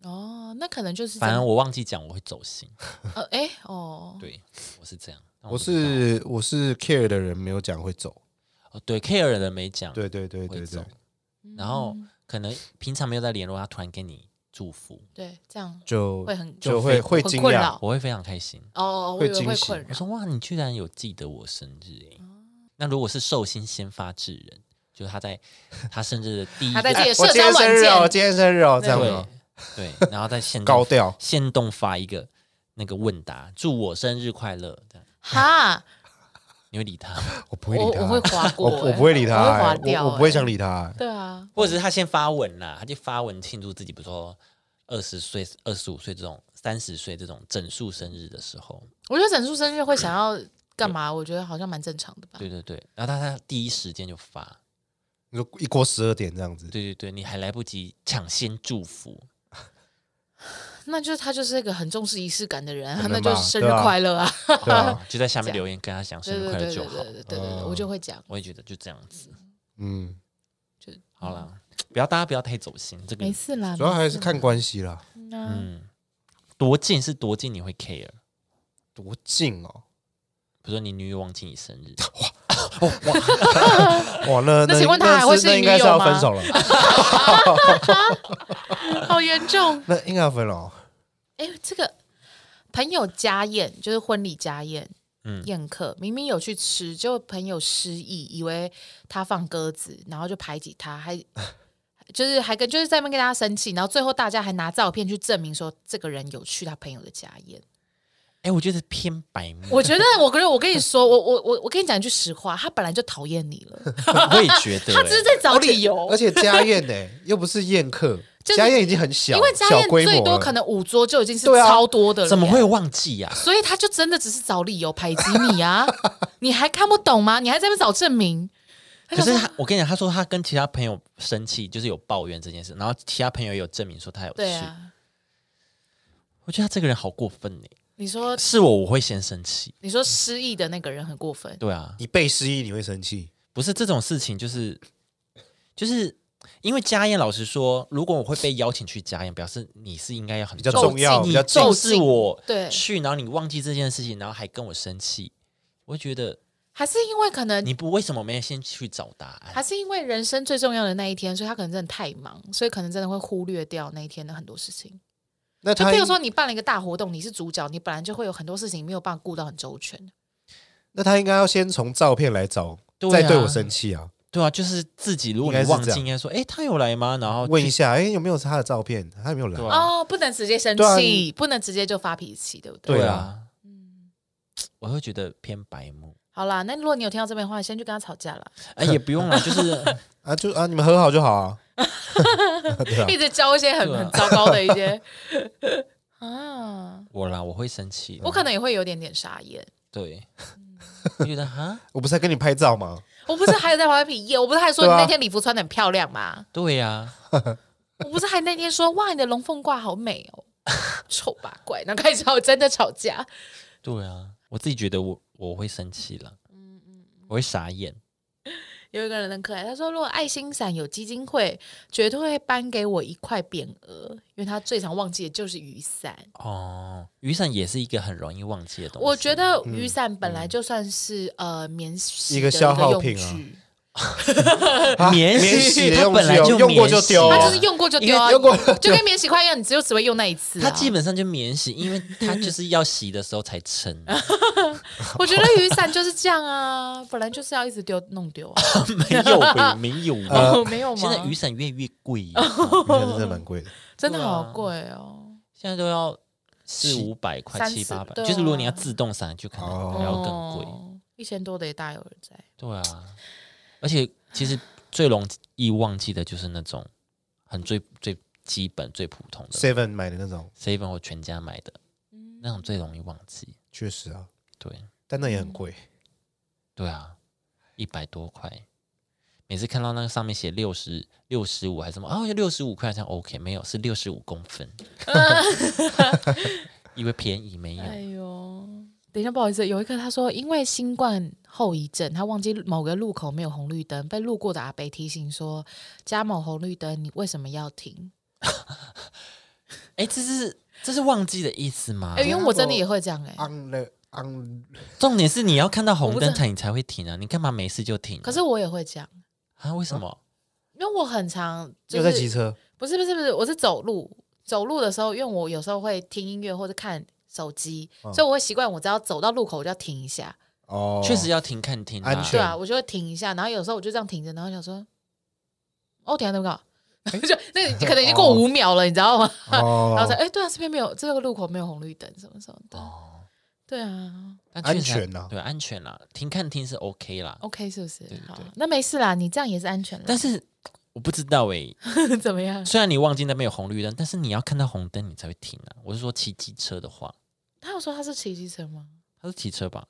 [SPEAKER 2] 哦，那可能就是
[SPEAKER 1] 反
[SPEAKER 2] 真
[SPEAKER 1] 正
[SPEAKER 2] 的
[SPEAKER 1] 我忘记讲，我会走心。
[SPEAKER 2] 呃，哎、哦， (laughs)
[SPEAKER 1] 对，我是这样。但
[SPEAKER 3] 我
[SPEAKER 1] 不知道
[SPEAKER 3] 是我是 care 的人，没有讲会走。
[SPEAKER 1] 哦，对 care 的人没讲，
[SPEAKER 3] 对对对
[SPEAKER 1] 会
[SPEAKER 3] 对
[SPEAKER 1] 走
[SPEAKER 3] 对，
[SPEAKER 2] 嗯
[SPEAKER 1] 然后可能平常没有在联络，他突然给你祝福，
[SPEAKER 2] 对，这样
[SPEAKER 3] 就
[SPEAKER 2] 会很
[SPEAKER 3] 就会
[SPEAKER 2] 会
[SPEAKER 3] 会惊
[SPEAKER 2] 困
[SPEAKER 3] 讶
[SPEAKER 2] 扰。
[SPEAKER 1] 我会非常开心。
[SPEAKER 2] 哦，我以为
[SPEAKER 3] 会
[SPEAKER 2] 会
[SPEAKER 3] 惊喜
[SPEAKER 2] 困
[SPEAKER 1] 我
[SPEAKER 2] 扰。
[SPEAKER 1] 说哇，你居然有记得我生日哎、
[SPEAKER 2] 哦
[SPEAKER 1] 那如果是寿星先发制人，就是他在他生日的第一
[SPEAKER 2] 他在
[SPEAKER 1] 个
[SPEAKER 2] 自己的
[SPEAKER 3] 哎我
[SPEAKER 2] 社
[SPEAKER 3] 今
[SPEAKER 2] 交
[SPEAKER 3] 天生
[SPEAKER 2] 软
[SPEAKER 3] 日
[SPEAKER 2] 件，嗯
[SPEAKER 3] 哦，今天生日哦，这样
[SPEAKER 1] 对
[SPEAKER 3] 哦，
[SPEAKER 1] 对，然后在现
[SPEAKER 3] 高调
[SPEAKER 1] 现动发一个那个问答，祝我生日快乐，这样
[SPEAKER 2] 哈，
[SPEAKER 1] 你会理他吗？
[SPEAKER 3] 我不会
[SPEAKER 2] 我
[SPEAKER 3] 理他，
[SPEAKER 2] 我会划过、
[SPEAKER 3] 我我不会理他
[SPEAKER 2] 我会
[SPEAKER 3] 欸，
[SPEAKER 2] 划掉
[SPEAKER 3] 我我不会
[SPEAKER 2] 欸
[SPEAKER 3] 想理他欸。
[SPEAKER 2] 对啊，
[SPEAKER 1] 或者是他先发文啦，他就发文庆祝自己，比如说二十岁、二十五岁这种、三十岁这种整数生日的时候，
[SPEAKER 2] 我觉得整数生日会想要干嘛？我觉得好像蛮正常的吧。
[SPEAKER 1] 对对对，然后他他第一时间就发，
[SPEAKER 3] 你说一过十二点这样
[SPEAKER 2] (laughs)
[SPEAKER 3] 子，
[SPEAKER 1] 对对对，你还来不及抢先祝福，
[SPEAKER 2] 那就是他就是一个很重视仪式感的人，
[SPEAKER 3] 可能
[SPEAKER 2] 那就
[SPEAKER 3] 吧
[SPEAKER 2] 是生
[SPEAKER 3] 对
[SPEAKER 2] 日
[SPEAKER 3] 啊
[SPEAKER 2] 快乐啊！
[SPEAKER 3] 对啊，
[SPEAKER 1] 就在下
[SPEAKER 2] 这
[SPEAKER 1] 面
[SPEAKER 2] 样
[SPEAKER 1] 留言跟他讲生
[SPEAKER 2] 对
[SPEAKER 1] 日
[SPEAKER 2] 对
[SPEAKER 1] 快乐就
[SPEAKER 2] 对对对
[SPEAKER 1] 好。嗯
[SPEAKER 2] 对对对，对我就会讲。
[SPEAKER 1] 我也觉得就这样子，
[SPEAKER 3] 嗯，
[SPEAKER 1] 好了，不要大家不要太走心，这个
[SPEAKER 2] 没事啊啦，
[SPEAKER 3] 主要
[SPEAKER 2] 没
[SPEAKER 3] 还
[SPEAKER 2] 事
[SPEAKER 3] 是看关系啦，
[SPEAKER 2] 啦
[SPEAKER 1] 嗯，多近是多近你会 care，
[SPEAKER 3] 多近哦，
[SPEAKER 1] 比如说你女友忘记你生
[SPEAKER 2] (laughs)
[SPEAKER 1] 日，
[SPEAKER 3] 哦哇，那
[SPEAKER 2] 那请问他还
[SPEAKER 3] 那
[SPEAKER 2] 会
[SPEAKER 3] 是
[SPEAKER 2] 是你
[SPEAKER 3] 那应该
[SPEAKER 2] 女
[SPEAKER 3] 是
[SPEAKER 2] 友
[SPEAKER 3] 要
[SPEAKER 2] 吗
[SPEAKER 3] 分手了，
[SPEAKER 2] (laughs) 好严重。
[SPEAKER 3] 那应该要分了
[SPEAKER 2] (laughs)
[SPEAKER 3] 哦，
[SPEAKER 2] 哎、这个朋友家宴就是婚礼家宴，
[SPEAKER 1] 嗯
[SPEAKER 2] 宴客明明有去吃，就朋友失忆，以为他放鸽子，然后就排挤他，还 (laughs) 就是还跟就是在那边跟大家生气，然后最后大家还拿照片去证明说这个人有去他朋友的家
[SPEAKER 3] (laughs)
[SPEAKER 2] 宴。
[SPEAKER 1] 哎，我觉得偏白目，
[SPEAKER 2] 我觉得，我跟我跟你说，我我我我跟你讲一句实话，他本来就讨厌你了，
[SPEAKER 1] 我也觉得，
[SPEAKER 2] (laughs)
[SPEAKER 1] 欸
[SPEAKER 2] 他只是在找理由
[SPEAKER 3] 哎而。且家宴呢，又不是宴客，
[SPEAKER 2] 就是
[SPEAKER 3] 家宴已经很小，
[SPEAKER 2] 因为家
[SPEAKER 3] 小
[SPEAKER 2] 宴
[SPEAKER 3] 规模
[SPEAKER 2] 最多
[SPEAKER 3] 了
[SPEAKER 2] 可能五桌就已经是
[SPEAKER 3] 对啊
[SPEAKER 2] 超多的了、
[SPEAKER 1] 哎怎么会忘记呀？
[SPEAKER 2] 所以他就真的只是找理由排挤你啊！
[SPEAKER 3] (laughs)
[SPEAKER 2] 你还看不懂吗？你还在那边找证明？
[SPEAKER 1] 可是他，我跟你讲，他说他跟其他朋友生气，就是有抱怨这件事，然后其他朋友也有证明说他有
[SPEAKER 2] 对
[SPEAKER 1] 去。
[SPEAKER 2] 啊，
[SPEAKER 1] 我觉得他这个人好过分呢，
[SPEAKER 2] 你说
[SPEAKER 1] 是我我会先生气。
[SPEAKER 2] 你说失忆的那个人很过分，
[SPEAKER 1] 对啊，
[SPEAKER 3] 你被失忆你会生气，
[SPEAKER 1] 不是这种事情，就是就是因为家宴，老实说，如果我会被邀请去家宴，表示你是应该要很
[SPEAKER 3] 比较
[SPEAKER 2] 够
[SPEAKER 3] 重要，
[SPEAKER 2] 近
[SPEAKER 3] 比
[SPEAKER 1] 你
[SPEAKER 3] 较
[SPEAKER 1] 重
[SPEAKER 3] 重
[SPEAKER 2] 够
[SPEAKER 1] 视
[SPEAKER 2] 近
[SPEAKER 1] 我
[SPEAKER 2] 对
[SPEAKER 1] 去，然后你忘记这件事情，然后还跟我生气，我会觉得
[SPEAKER 2] 还是因为可能
[SPEAKER 1] 你不为什么没有先去找答案？
[SPEAKER 2] 还是因为人生最重要的那一天，所以他可能真的太忙，所以可能真的会忽略掉那一天的很多事情。
[SPEAKER 3] 那
[SPEAKER 2] 就
[SPEAKER 3] 他
[SPEAKER 2] 呃譬如说，你办了一个大活动，你是主角，你本来就会有很多事情没有办法顾到很周全。
[SPEAKER 3] 那他应该要先从照片来找，
[SPEAKER 1] 对啊
[SPEAKER 3] 再对我生气啊！
[SPEAKER 1] 对啊，就是自己如果
[SPEAKER 3] 应该
[SPEAKER 1] 你
[SPEAKER 3] 是
[SPEAKER 1] 忘
[SPEAKER 3] 这
[SPEAKER 1] 记，
[SPEAKER 3] 样
[SPEAKER 1] 应该说，哎，他有来吗？然后
[SPEAKER 3] 问一
[SPEAKER 1] 去
[SPEAKER 3] 下，哎，有没有他的照片？他有没有来
[SPEAKER 1] 对？啊
[SPEAKER 2] 哦，不能直接生
[SPEAKER 3] 对啊
[SPEAKER 2] 气，
[SPEAKER 3] 你
[SPEAKER 2] 不能直接就发脾气，对不对？
[SPEAKER 1] 对
[SPEAKER 3] 对
[SPEAKER 1] 啊
[SPEAKER 3] 啊，
[SPEAKER 2] 嗯，
[SPEAKER 1] 我会觉得偏白目。
[SPEAKER 2] 好啦，那如果你有听到这边的话，你先去跟他吵架了，
[SPEAKER 3] (laughs)
[SPEAKER 1] 哎，也不用了，就是 (laughs)
[SPEAKER 3] 啊，就啊，你们和好就好啊。对啊
[SPEAKER 2] 一，直教一些很
[SPEAKER 1] 对啊
[SPEAKER 2] 很糟糕的一
[SPEAKER 3] (laughs)
[SPEAKER 2] 些啊，
[SPEAKER 1] 我啦，我会生
[SPEAKER 3] 啊
[SPEAKER 1] 气。
[SPEAKER 2] 我可能也会有点点傻眼。
[SPEAKER 1] 对， (laughs) 我觉得哈，
[SPEAKER 3] 我不是在跟你拍照吗？
[SPEAKER 2] 我不是还有在旁边比耶，我不是还说你
[SPEAKER 3] 对啊
[SPEAKER 2] 那天礼服穿的很漂亮吗？
[SPEAKER 1] 对啊呀，
[SPEAKER 2] 我不是还那天说哇你的龙凤褂好美哦， (laughs) 丑八怪，然后开始吵真的吵架。
[SPEAKER 1] 对啊，我自己觉得我我会生气了，
[SPEAKER 2] 嗯
[SPEAKER 1] 我会傻眼。
[SPEAKER 2] 有一个人很可爱，他说如果爱心伞有基金会，绝对会颁给我一块匾额，因为他最常忘记的就是雨伞。
[SPEAKER 1] 哦，雨伞也是一个很容易忘记的东西。
[SPEAKER 2] 我觉得雨伞本来就算是、呃免洗
[SPEAKER 3] 哦嗯一
[SPEAKER 2] 的
[SPEAKER 3] 个消耗品啊
[SPEAKER 2] 用具
[SPEAKER 3] 啊
[SPEAKER 1] 免洗
[SPEAKER 3] 洗的
[SPEAKER 1] 它
[SPEAKER 3] 用
[SPEAKER 1] 本来
[SPEAKER 3] 具哦
[SPEAKER 1] 就
[SPEAKER 3] 用过
[SPEAKER 1] 免
[SPEAKER 3] 就
[SPEAKER 1] 洗
[SPEAKER 3] 丢，
[SPEAKER 2] 它就是用过就丢啊，
[SPEAKER 3] 因为用过
[SPEAKER 2] 就跟免洗筷一样，你只有只会用那一次、啊。
[SPEAKER 1] 它基本上就免洗，因为它就是要洗的时候才撑。
[SPEAKER 2] (laughs) 啊我觉得雨伞就是这样啊，本来就是要一直丢弄丢
[SPEAKER 1] (laughs)
[SPEAKER 2] 啊。
[SPEAKER 1] 没有，没有。
[SPEAKER 2] 哦，没有吗？
[SPEAKER 1] 呃现
[SPEAKER 2] 哦
[SPEAKER 1] 在雨伞越来越贵，
[SPEAKER 3] 我觉得真的蛮
[SPEAKER 1] (laughs)
[SPEAKER 3] 贵的。
[SPEAKER 2] 真的好
[SPEAKER 1] 对啊
[SPEAKER 2] 贵哦。
[SPEAKER 1] 现在都
[SPEAKER 2] (laughs)
[SPEAKER 1] 要四五百块、
[SPEAKER 2] 三
[SPEAKER 1] 七
[SPEAKER 2] 十
[SPEAKER 1] 八百，
[SPEAKER 2] 对啊
[SPEAKER 1] 就是如果你要自动伞，就可能还要更贵。
[SPEAKER 2] 哦，一千多的也大有人在。
[SPEAKER 1] 对啊，而且其实最容易忘记的就是那种很最最基本、最普通的
[SPEAKER 3] Seven 买的那种，
[SPEAKER 1] seven 或全家买的
[SPEAKER 2] 嗯
[SPEAKER 1] 那种最容易忘记。
[SPEAKER 3] 确实啊，
[SPEAKER 1] 对
[SPEAKER 3] 但那也很贵。
[SPEAKER 1] 对啊，一百多块，每次看到那个上面写六十六十五还是什么，哦，六十五块好像 OK，没有是六十五公
[SPEAKER 2] (laughs)
[SPEAKER 1] 分，以为便宜没有。
[SPEAKER 2] 哎呦，等一下，不好意思，有一个他说，因为新冠后遗症，他忘记某个路口没有红绿灯，被路过的阿伯提醒说加某红绿灯，你为什么要停？
[SPEAKER 1] 哎，这是这是忘记的意思吗？
[SPEAKER 2] 哎、因为我真的也会这样哎、
[SPEAKER 3] On the on，
[SPEAKER 1] 重点是你要看到红
[SPEAKER 2] 我不知
[SPEAKER 1] 灯
[SPEAKER 2] 道
[SPEAKER 1] 才你才会停啊，你干嘛没事就停啊、
[SPEAKER 2] 可是我也会这样，
[SPEAKER 1] 啊，为什么？
[SPEAKER 2] 因为我很常
[SPEAKER 3] 又
[SPEAKER 2] 就
[SPEAKER 3] 在骑
[SPEAKER 2] 是
[SPEAKER 3] 车，
[SPEAKER 2] 不是不是不是，我是走路走路的时候，因为我有时候会听音乐或者看手机，
[SPEAKER 3] 嗯
[SPEAKER 2] 所以我会习惯，我只要走到路口我就要停一下，
[SPEAKER 3] 哦，
[SPEAKER 1] 确实要停看停、啊，
[SPEAKER 3] 安全
[SPEAKER 2] 对啊，我就会停一下，然后有时候我就这样停着，然后想说，哦，停下怎么搞？ (laughs) 就那
[SPEAKER 3] (laughs)
[SPEAKER 2] 可能已经过
[SPEAKER 3] 哦
[SPEAKER 2] 五秒了，你知道吗？ (laughs) 然后说，
[SPEAKER 3] 哎哦，
[SPEAKER 2] 哎、对啊，这边没有这个路口没有红绿灯，什么什么的。
[SPEAKER 1] 哦，
[SPEAKER 2] 对啊哦
[SPEAKER 1] 但确实
[SPEAKER 3] 安全啊
[SPEAKER 1] 对，安全啦，停看停是 OK 啦，
[SPEAKER 2] ，OK，是不是？
[SPEAKER 1] 对对
[SPEAKER 2] 好
[SPEAKER 1] 对，
[SPEAKER 2] 那没事啦，你这样也是安全的。
[SPEAKER 1] 但是我不知道欸诶、
[SPEAKER 2] 是 (laughs) 怎么样？
[SPEAKER 1] 虽然你忘记那边有红绿灯，但是你要看到红灯你才会停啊。我是说骑机车的话，
[SPEAKER 2] 他有说他是骑机车吗？
[SPEAKER 1] 他是骑车吧？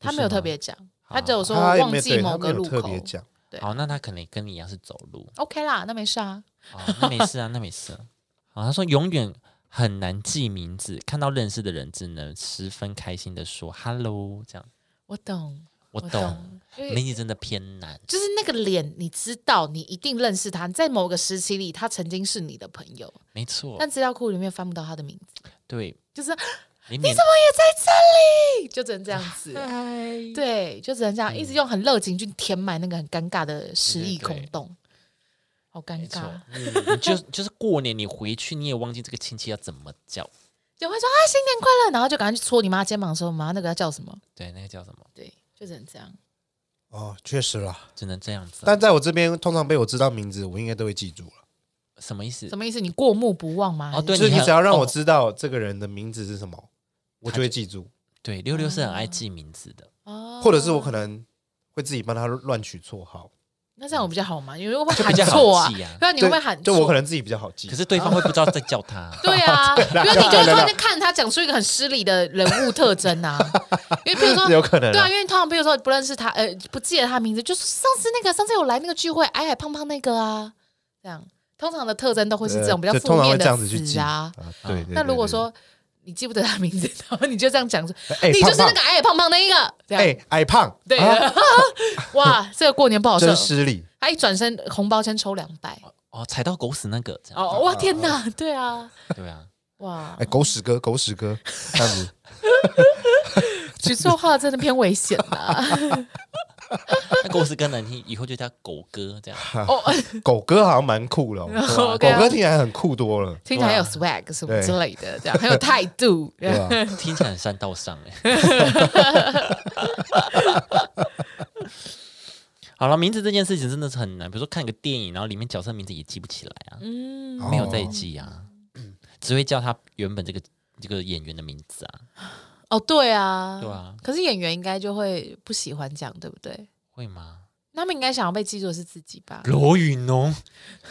[SPEAKER 1] 不
[SPEAKER 2] 他
[SPEAKER 1] 是
[SPEAKER 2] 没有
[SPEAKER 1] 吗
[SPEAKER 2] 特别讲，
[SPEAKER 1] 好
[SPEAKER 2] 他只有说
[SPEAKER 3] 他也
[SPEAKER 2] 忘
[SPEAKER 3] 没有
[SPEAKER 2] 记
[SPEAKER 3] 对他
[SPEAKER 2] 某
[SPEAKER 3] 没
[SPEAKER 2] 个
[SPEAKER 3] 有
[SPEAKER 2] 路
[SPEAKER 3] 特
[SPEAKER 2] 口。
[SPEAKER 3] 别讲，
[SPEAKER 2] 对
[SPEAKER 1] 好，那他可能跟你一样是走路，
[SPEAKER 2] OK 啦，那没事啊。
[SPEAKER 1] 哦， (laughs) 那没事啊，那没事、啊。好，他说永远很难记名字，看到认识的人只能十分开心的说 “hello”，这样。
[SPEAKER 2] 我懂，
[SPEAKER 1] 我
[SPEAKER 2] 我
[SPEAKER 1] 懂，，
[SPEAKER 2] 因
[SPEAKER 1] 名
[SPEAKER 2] 为
[SPEAKER 1] 字真的偏难。
[SPEAKER 2] 就是那个脸，你知道，你一定认识他，在某个时期里，他曾经是你的朋友，
[SPEAKER 1] 没错，
[SPEAKER 2] 但资料库里面翻不到他的名字，
[SPEAKER 1] 对，
[SPEAKER 2] 就是
[SPEAKER 1] 你你
[SPEAKER 2] 怎么也在这里，就只能这样子。
[SPEAKER 1] 么对
[SPEAKER 2] 对，就只能这样，一直用很热情去填满那个很尴尬的失忆空洞，好尴
[SPEAKER 1] 没错嗯
[SPEAKER 2] 尬。，
[SPEAKER 1] 你就就是过年你回去你也忘记这个亲戚要怎么叫，
[SPEAKER 2] 就会说啊新年快乐，然后就赶快去戳你妈肩膀说妈那个要叫什么？
[SPEAKER 1] 对，那个叫什么，
[SPEAKER 2] 对，就只能这样。
[SPEAKER 3] 哦，确实啦。
[SPEAKER 1] 只能这样子啊。
[SPEAKER 3] 但在我这边，通常被我知道名字，我应该都会记住了。
[SPEAKER 1] 什么意思
[SPEAKER 2] 什？么意思？你过目不忘吗？
[SPEAKER 1] 哦对
[SPEAKER 3] 就是
[SPEAKER 1] 你
[SPEAKER 3] 你
[SPEAKER 1] 很
[SPEAKER 3] 只要让我
[SPEAKER 1] 哦
[SPEAKER 3] 知道这个人的名字是什么，我就会记住，
[SPEAKER 1] 对，溜溜是很爱记名字的，
[SPEAKER 2] 哦
[SPEAKER 3] 或者是我可能会自己帮他乱取绰号。
[SPEAKER 2] 那这样我比较好嘛，因为会不会
[SPEAKER 1] 比
[SPEAKER 2] 喊
[SPEAKER 1] 较
[SPEAKER 2] 错
[SPEAKER 1] 好
[SPEAKER 2] 啊
[SPEAKER 1] 记，啊。
[SPEAKER 2] 对啊，你会不会喊
[SPEAKER 3] 就我可
[SPEAKER 2] 能
[SPEAKER 3] 能自己比较好记。
[SPEAKER 1] 可是对方会不知道在叫 (laughs) 他，
[SPEAKER 3] (laughs)
[SPEAKER 2] 对啊，因为你就会突然间看他讲出一个很失礼的人物特征
[SPEAKER 3] (laughs)
[SPEAKER 2] 啊，因为比如说
[SPEAKER 3] 有可能
[SPEAKER 2] 对啊，
[SPEAKER 3] 啊
[SPEAKER 2] 因为通常比如说不认识他，呃，不记得他名字，就是上次那个，上次有来那个聚会，矮矮胖胖那个啊，这样，通常的特征都会是这种比较
[SPEAKER 3] 对
[SPEAKER 2] 负
[SPEAKER 3] 通常
[SPEAKER 2] 面
[SPEAKER 3] 会这
[SPEAKER 2] 的
[SPEAKER 3] 样子去
[SPEAKER 2] 词
[SPEAKER 3] 记
[SPEAKER 2] 啊。
[SPEAKER 3] 啊，对。对
[SPEAKER 2] 那如果
[SPEAKER 3] 对
[SPEAKER 2] 说你记不得他名字，然后你就这样讲说，
[SPEAKER 3] (laughs) 哎
[SPEAKER 2] 你就是
[SPEAKER 3] 胖
[SPEAKER 2] 那
[SPEAKER 3] 胖
[SPEAKER 2] 个矮矮胖胖那一个，这样，
[SPEAKER 3] 哎矮胖，
[SPEAKER 2] 对，
[SPEAKER 3] 啊
[SPEAKER 2] (laughs) 哇，这个过年不好受
[SPEAKER 3] 真，失礼，
[SPEAKER 2] 他一转身红包先抽两百，
[SPEAKER 1] 哦，踩到狗屎那个，这样
[SPEAKER 3] (laughs)
[SPEAKER 2] 哦，哇，天哪，对啊，
[SPEAKER 1] 对啊，
[SPEAKER 2] 哇
[SPEAKER 3] 哎，狗屎哥，狗屎哥，这样子
[SPEAKER 2] 举错话真的偏危险啊，
[SPEAKER 1] 那狗屎更难听，以后就叫狗哥 (laughs) 这样。
[SPEAKER 2] 哦， (laughs)
[SPEAKER 3] 狗哥好像蛮酷的哦，狗
[SPEAKER 2] OK 啊
[SPEAKER 3] 哥听起来很酷多了，
[SPEAKER 2] 听起来很有
[SPEAKER 1] 对啊
[SPEAKER 2] swag 什么
[SPEAKER 3] 对
[SPEAKER 2] 之类的，这样很有态
[SPEAKER 1] (laughs)
[SPEAKER 2] 度，
[SPEAKER 3] 对吧？
[SPEAKER 2] (laughs)
[SPEAKER 1] 听起来很山道上欸哎、 (laughs) 好了，名字这件事情真的是很难。比如说看个电影，然后里面角色名字也记不起来啊，
[SPEAKER 2] 嗯，
[SPEAKER 1] 没有在
[SPEAKER 3] 哦
[SPEAKER 1] 记啊， (clears throat) 只会叫他原本这个这个演员的名字啊，
[SPEAKER 2] 哦，对啊，
[SPEAKER 1] 对啊
[SPEAKER 2] 可是演员应该就会不喜欢讲，对不对？
[SPEAKER 1] 会吗？
[SPEAKER 2] 他们应该想要被记住的是自己吧？
[SPEAKER 1] 罗宇农，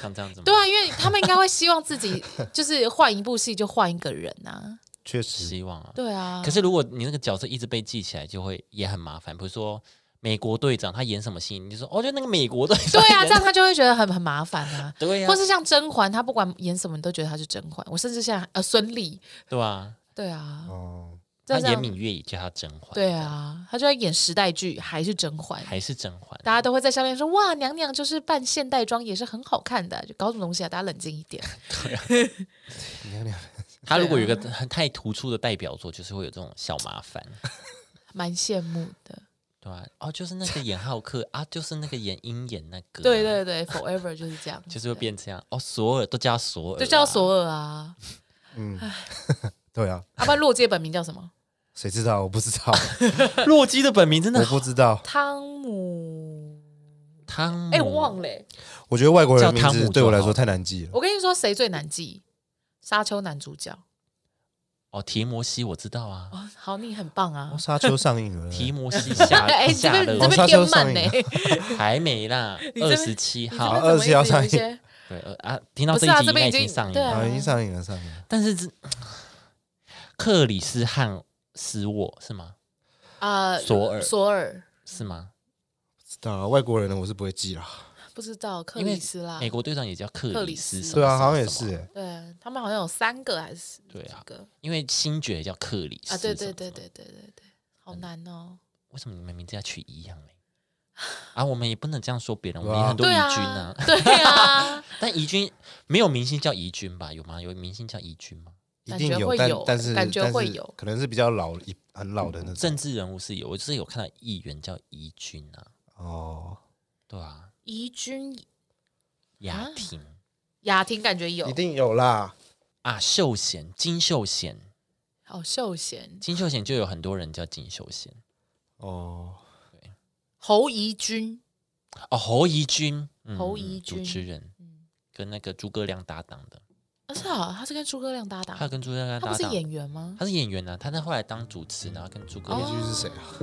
[SPEAKER 1] 像这样子吗？
[SPEAKER 2] 对啊，因为他们应该会希望自己 (laughs) 就是换一部戏就换一个人啊。
[SPEAKER 3] 确实，
[SPEAKER 1] 希望啊。
[SPEAKER 2] 对啊，
[SPEAKER 1] 可是如果你那个角色一直被记起来，就会也很麻烦。比如说美国队长，他演什么戏，你就说哦，就那个美国队
[SPEAKER 2] 对
[SPEAKER 1] 长演。
[SPEAKER 2] 啊，这样他就会觉得很很麻烦啊。
[SPEAKER 1] 对呀、
[SPEAKER 2] 或是像甄嬛，她不管演什么，你都觉得她是甄嬛。我甚至像呃孙俪，
[SPEAKER 1] 对啊，
[SPEAKER 2] 对啊，
[SPEAKER 3] 哦，
[SPEAKER 1] 他
[SPEAKER 2] 就这
[SPEAKER 1] 演
[SPEAKER 2] 样
[SPEAKER 1] 芈月也叫他甄嬛，
[SPEAKER 2] 对啊，她就在演时代剧，还是甄嬛。
[SPEAKER 1] 还是甄嬛。
[SPEAKER 2] 大家都会在下面说哇，娘娘就是扮现代装也是很好看的，就搞什么东西啊？大家冷静一
[SPEAKER 1] (laughs)
[SPEAKER 2] 点。
[SPEAKER 3] 娘娘
[SPEAKER 1] 他如果有一个
[SPEAKER 2] (laughs)
[SPEAKER 1] 很太突出的代表作，就是会有这种小麻烦。
[SPEAKER 2] 蛮羡慕的。
[SPEAKER 1] 对啊，哦，就是那个演浩克啊，就是那个演鹰眼那个啊、
[SPEAKER 2] 对对对，Forever 就是这样，
[SPEAKER 1] 就是会变这样哦。索尔都叫他索尔啊，
[SPEAKER 2] 对，就叫索尔啊。
[SPEAKER 3] 对啊，
[SPEAKER 2] 阿爸洛基的本名叫什么？
[SPEAKER 3] 谁知道？我不知道，
[SPEAKER 1] 洛基的本名真的
[SPEAKER 3] 我不
[SPEAKER 2] (laughs)
[SPEAKER 3] 知道。
[SPEAKER 2] 汤姆，
[SPEAKER 1] 汤姆，
[SPEAKER 2] 哎、忘了欸、
[SPEAKER 3] 我觉得外国人
[SPEAKER 1] 叫
[SPEAKER 3] 的名
[SPEAKER 1] 汤姆
[SPEAKER 3] 字
[SPEAKER 1] 就
[SPEAKER 3] 对我来
[SPEAKER 1] 好
[SPEAKER 3] 说太难记了。
[SPEAKER 2] 我跟你说谁最难记？沙丘男主角。
[SPEAKER 1] 哦，提摩西我知道啊，
[SPEAKER 2] 哦，好，你很棒啊
[SPEAKER 3] 哦。沙丘上映
[SPEAKER 1] (laughs)
[SPEAKER 3] 了，
[SPEAKER 1] 提摩西下
[SPEAKER 2] (laughs) 哎、你这
[SPEAKER 1] 下
[SPEAKER 2] 边
[SPEAKER 1] 了
[SPEAKER 2] 你
[SPEAKER 3] 往
[SPEAKER 2] 这
[SPEAKER 3] 沙
[SPEAKER 2] 边
[SPEAKER 3] 丘
[SPEAKER 2] 颠慢
[SPEAKER 1] (laughs)
[SPEAKER 2] 呢、
[SPEAKER 3] 上
[SPEAKER 2] 欸，
[SPEAKER 1] 还没啦，
[SPEAKER 2] (laughs) 你这
[SPEAKER 1] 二
[SPEAKER 2] 边
[SPEAKER 1] 十七
[SPEAKER 2] 你这
[SPEAKER 1] 号
[SPEAKER 2] 边
[SPEAKER 3] 好
[SPEAKER 2] 怎么一直有一
[SPEAKER 3] 27
[SPEAKER 2] 些
[SPEAKER 1] 对呃啊，听到
[SPEAKER 2] 不
[SPEAKER 1] 这
[SPEAKER 2] 是
[SPEAKER 1] 一
[SPEAKER 2] 啊
[SPEAKER 1] 集
[SPEAKER 2] 这
[SPEAKER 1] 应该
[SPEAKER 2] 边已
[SPEAKER 1] 已经
[SPEAKER 2] 经啊
[SPEAKER 1] 上映
[SPEAKER 2] 对
[SPEAKER 1] 了，
[SPEAKER 3] 啊，已经上映了，上映了。
[SPEAKER 1] 但是这克里斯汉斯沃是吗？
[SPEAKER 2] 啊？
[SPEAKER 1] 索尔
[SPEAKER 2] 索尔
[SPEAKER 1] 是吗？
[SPEAKER 3] 知道啊外国人的我是不会记啦。
[SPEAKER 2] 不知道克
[SPEAKER 1] 因为
[SPEAKER 2] 里斯啦
[SPEAKER 1] 美。国队长也叫克
[SPEAKER 2] 啊克
[SPEAKER 1] 里
[SPEAKER 2] 里
[SPEAKER 1] 斯
[SPEAKER 2] 斯
[SPEAKER 1] 什么，
[SPEAKER 3] 对啊，好像也
[SPEAKER 1] 什么
[SPEAKER 3] 是，欸，
[SPEAKER 2] 对他们好像有三个还是
[SPEAKER 1] 对啊
[SPEAKER 2] 几个
[SPEAKER 1] 因为星爵也叫克里斯
[SPEAKER 2] 啊？对
[SPEAKER 1] 什
[SPEAKER 2] 对
[SPEAKER 1] 么
[SPEAKER 2] 对
[SPEAKER 1] 什么，
[SPEAKER 2] 对对对对，好
[SPEAKER 1] 嗯
[SPEAKER 2] 难哦。
[SPEAKER 1] 为什么你们名字要取一样嘞？啊，我们也不能这样说别人，我们
[SPEAKER 3] 对
[SPEAKER 1] 也
[SPEAKER 3] 啊
[SPEAKER 1] 很多怡
[SPEAKER 2] 对啊
[SPEAKER 1] 君啊，，
[SPEAKER 2] (laughs)
[SPEAKER 1] (laughs)
[SPEAKER 2] 对啊，
[SPEAKER 1] 但怡君没有明星叫怡君吧？有吗？有明星叫怡君吗？
[SPEAKER 3] 一
[SPEAKER 2] 感
[SPEAKER 3] 定
[SPEAKER 2] 觉
[SPEAKER 3] 有，
[SPEAKER 2] 会
[SPEAKER 3] 但
[SPEAKER 2] 有
[SPEAKER 3] 但是
[SPEAKER 2] 感觉
[SPEAKER 3] 但
[SPEAKER 2] 会
[SPEAKER 3] 是
[SPEAKER 2] 有
[SPEAKER 3] 可能是比较老一很老的那种。
[SPEAKER 1] 政治人物是有，我就是有看到议员叫怡君啊，
[SPEAKER 3] 哦，
[SPEAKER 1] 对啊，
[SPEAKER 2] 怡君啊
[SPEAKER 1] 雅婷
[SPEAKER 2] 雅婷感觉有
[SPEAKER 3] 一定有啦。
[SPEAKER 1] 啊，秀贤金秀贤，
[SPEAKER 2] 哦，秀贤
[SPEAKER 1] 金秀贤就有很多人叫金秀贤
[SPEAKER 3] 哦，
[SPEAKER 2] 侯怡君，
[SPEAKER 1] 哦，侯怡君，嗯
[SPEAKER 2] 侯怡
[SPEAKER 1] 嗯主
[SPEAKER 2] 君
[SPEAKER 1] 持人，
[SPEAKER 2] 嗯，
[SPEAKER 1] 跟那个诸葛亮搭档的，
[SPEAKER 2] 啊是啊，他是跟诸葛亮搭档
[SPEAKER 1] 他，有跟诸葛亮
[SPEAKER 2] 他
[SPEAKER 1] 搭
[SPEAKER 2] 不是
[SPEAKER 1] 档，
[SPEAKER 2] 演员吗？
[SPEAKER 1] 他是演员啊，他在后来当主持，然后跟诸葛
[SPEAKER 3] 那
[SPEAKER 1] 亮
[SPEAKER 2] 哦
[SPEAKER 3] 句是谁啊？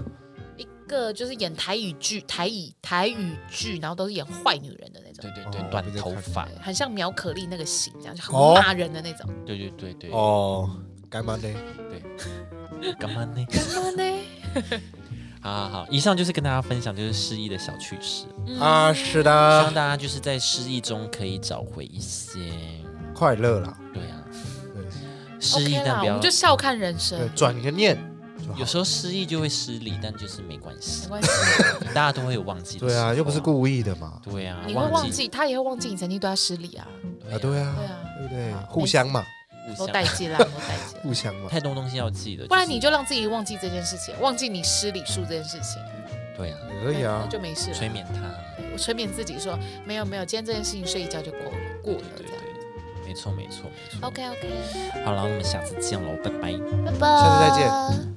[SPEAKER 2] 一个就是演台语剧、台语台语剧，然后都是演坏女人的那种
[SPEAKER 1] 对，对对，
[SPEAKER 3] 哦
[SPEAKER 1] 短
[SPEAKER 3] 我没在
[SPEAKER 1] 头
[SPEAKER 3] 看
[SPEAKER 1] 发，
[SPEAKER 2] 对很像苗可丽那个型，这样就很
[SPEAKER 3] 哦
[SPEAKER 2] 骂人的那种。
[SPEAKER 1] 对对对对，哦，
[SPEAKER 3] 哦，干嘛呢？
[SPEAKER 1] 对，干嘛呢？
[SPEAKER 2] 什么呢？
[SPEAKER 1] 好好好，以上就是跟大家分享就是失忆的小趣事，希
[SPEAKER 2] 嗯
[SPEAKER 3] 啊，是
[SPEAKER 1] 望
[SPEAKER 3] 的，
[SPEAKER 1] 大家就是在失忆中可以找回一些，
[SPEAKER 3] 快乐啦，
[SPEAKER 1] 对啊，
[SPEAKER 3] 对
[SPEAKER 1] 失忆
[SPEAKER 2] OK 啦，
[SPEAKER 1] 但不
[SPEAKER 2] 我
[SPEAKER 1] 要
[SPEAKER 2] 们就，笑看人生，
[SPEAKER 3] 对，转个念就好
[SPEAKER 1] 有时候失忆就会失礼，但就是没关
[SPEAKER 2] 没 (laughs)
[SPEAKER 1] 系，
[SPEAKER 2] 关系。
[SPEAKER 1] 大家都会有忘记的，
[SPEAKER 3] 对啊，又不是，故意的嘛，
[SPEAKER 1] 对啊，
[SPEAKER 2] 你会忘
[SPEAKER 1] 记，
[SPEAKER 2] 记，他也会忘记你曾经对他失礼啊，
[SPEAKER 3] 啊，对啊
[SPEAKER 2] 对，啊，
[SPEAKER 3] 对不对？互相嘛，
[SPEAKER 1] 互相
[SPEAKER 2] 都代
[SPEAKER 1] (laughs)
[SPEAKER 2] 际啦，都代际啦。
[SPEAKER 3] 互相嘛，
[SPEAKER 1] 啊太多东西要记的，
[SPEAKER 2] 不然
[SPEAKER 1] 是
[SPEAKER 2] 你就让自己忘记这件事情，忘记你失礼数这件事情，
[SPEAKER 1] 对啊，
[SPEAKER 3] 可以
[SPEAKER 2] 那
[SPEAKER 3] 啊，
[SPEAKER 2] 就没事了。
[SPEAKER 1] 催眠啊他，
[SPEAKER 2] 我催眠自己说，没有没有，今天这件事情睡一觉就过了过了
[SPEAKER 1] 对
[SPEAKER 2] 这样。
[SPEAKER 1] 对，没错没错没错。
[SPEAKER 2] OK OK，
[SPEAKER 1] 好了，我们下次见喽，拜拜。
[SPEAKER 2] 拜拜，
[SPEAKER 3] 下次再见。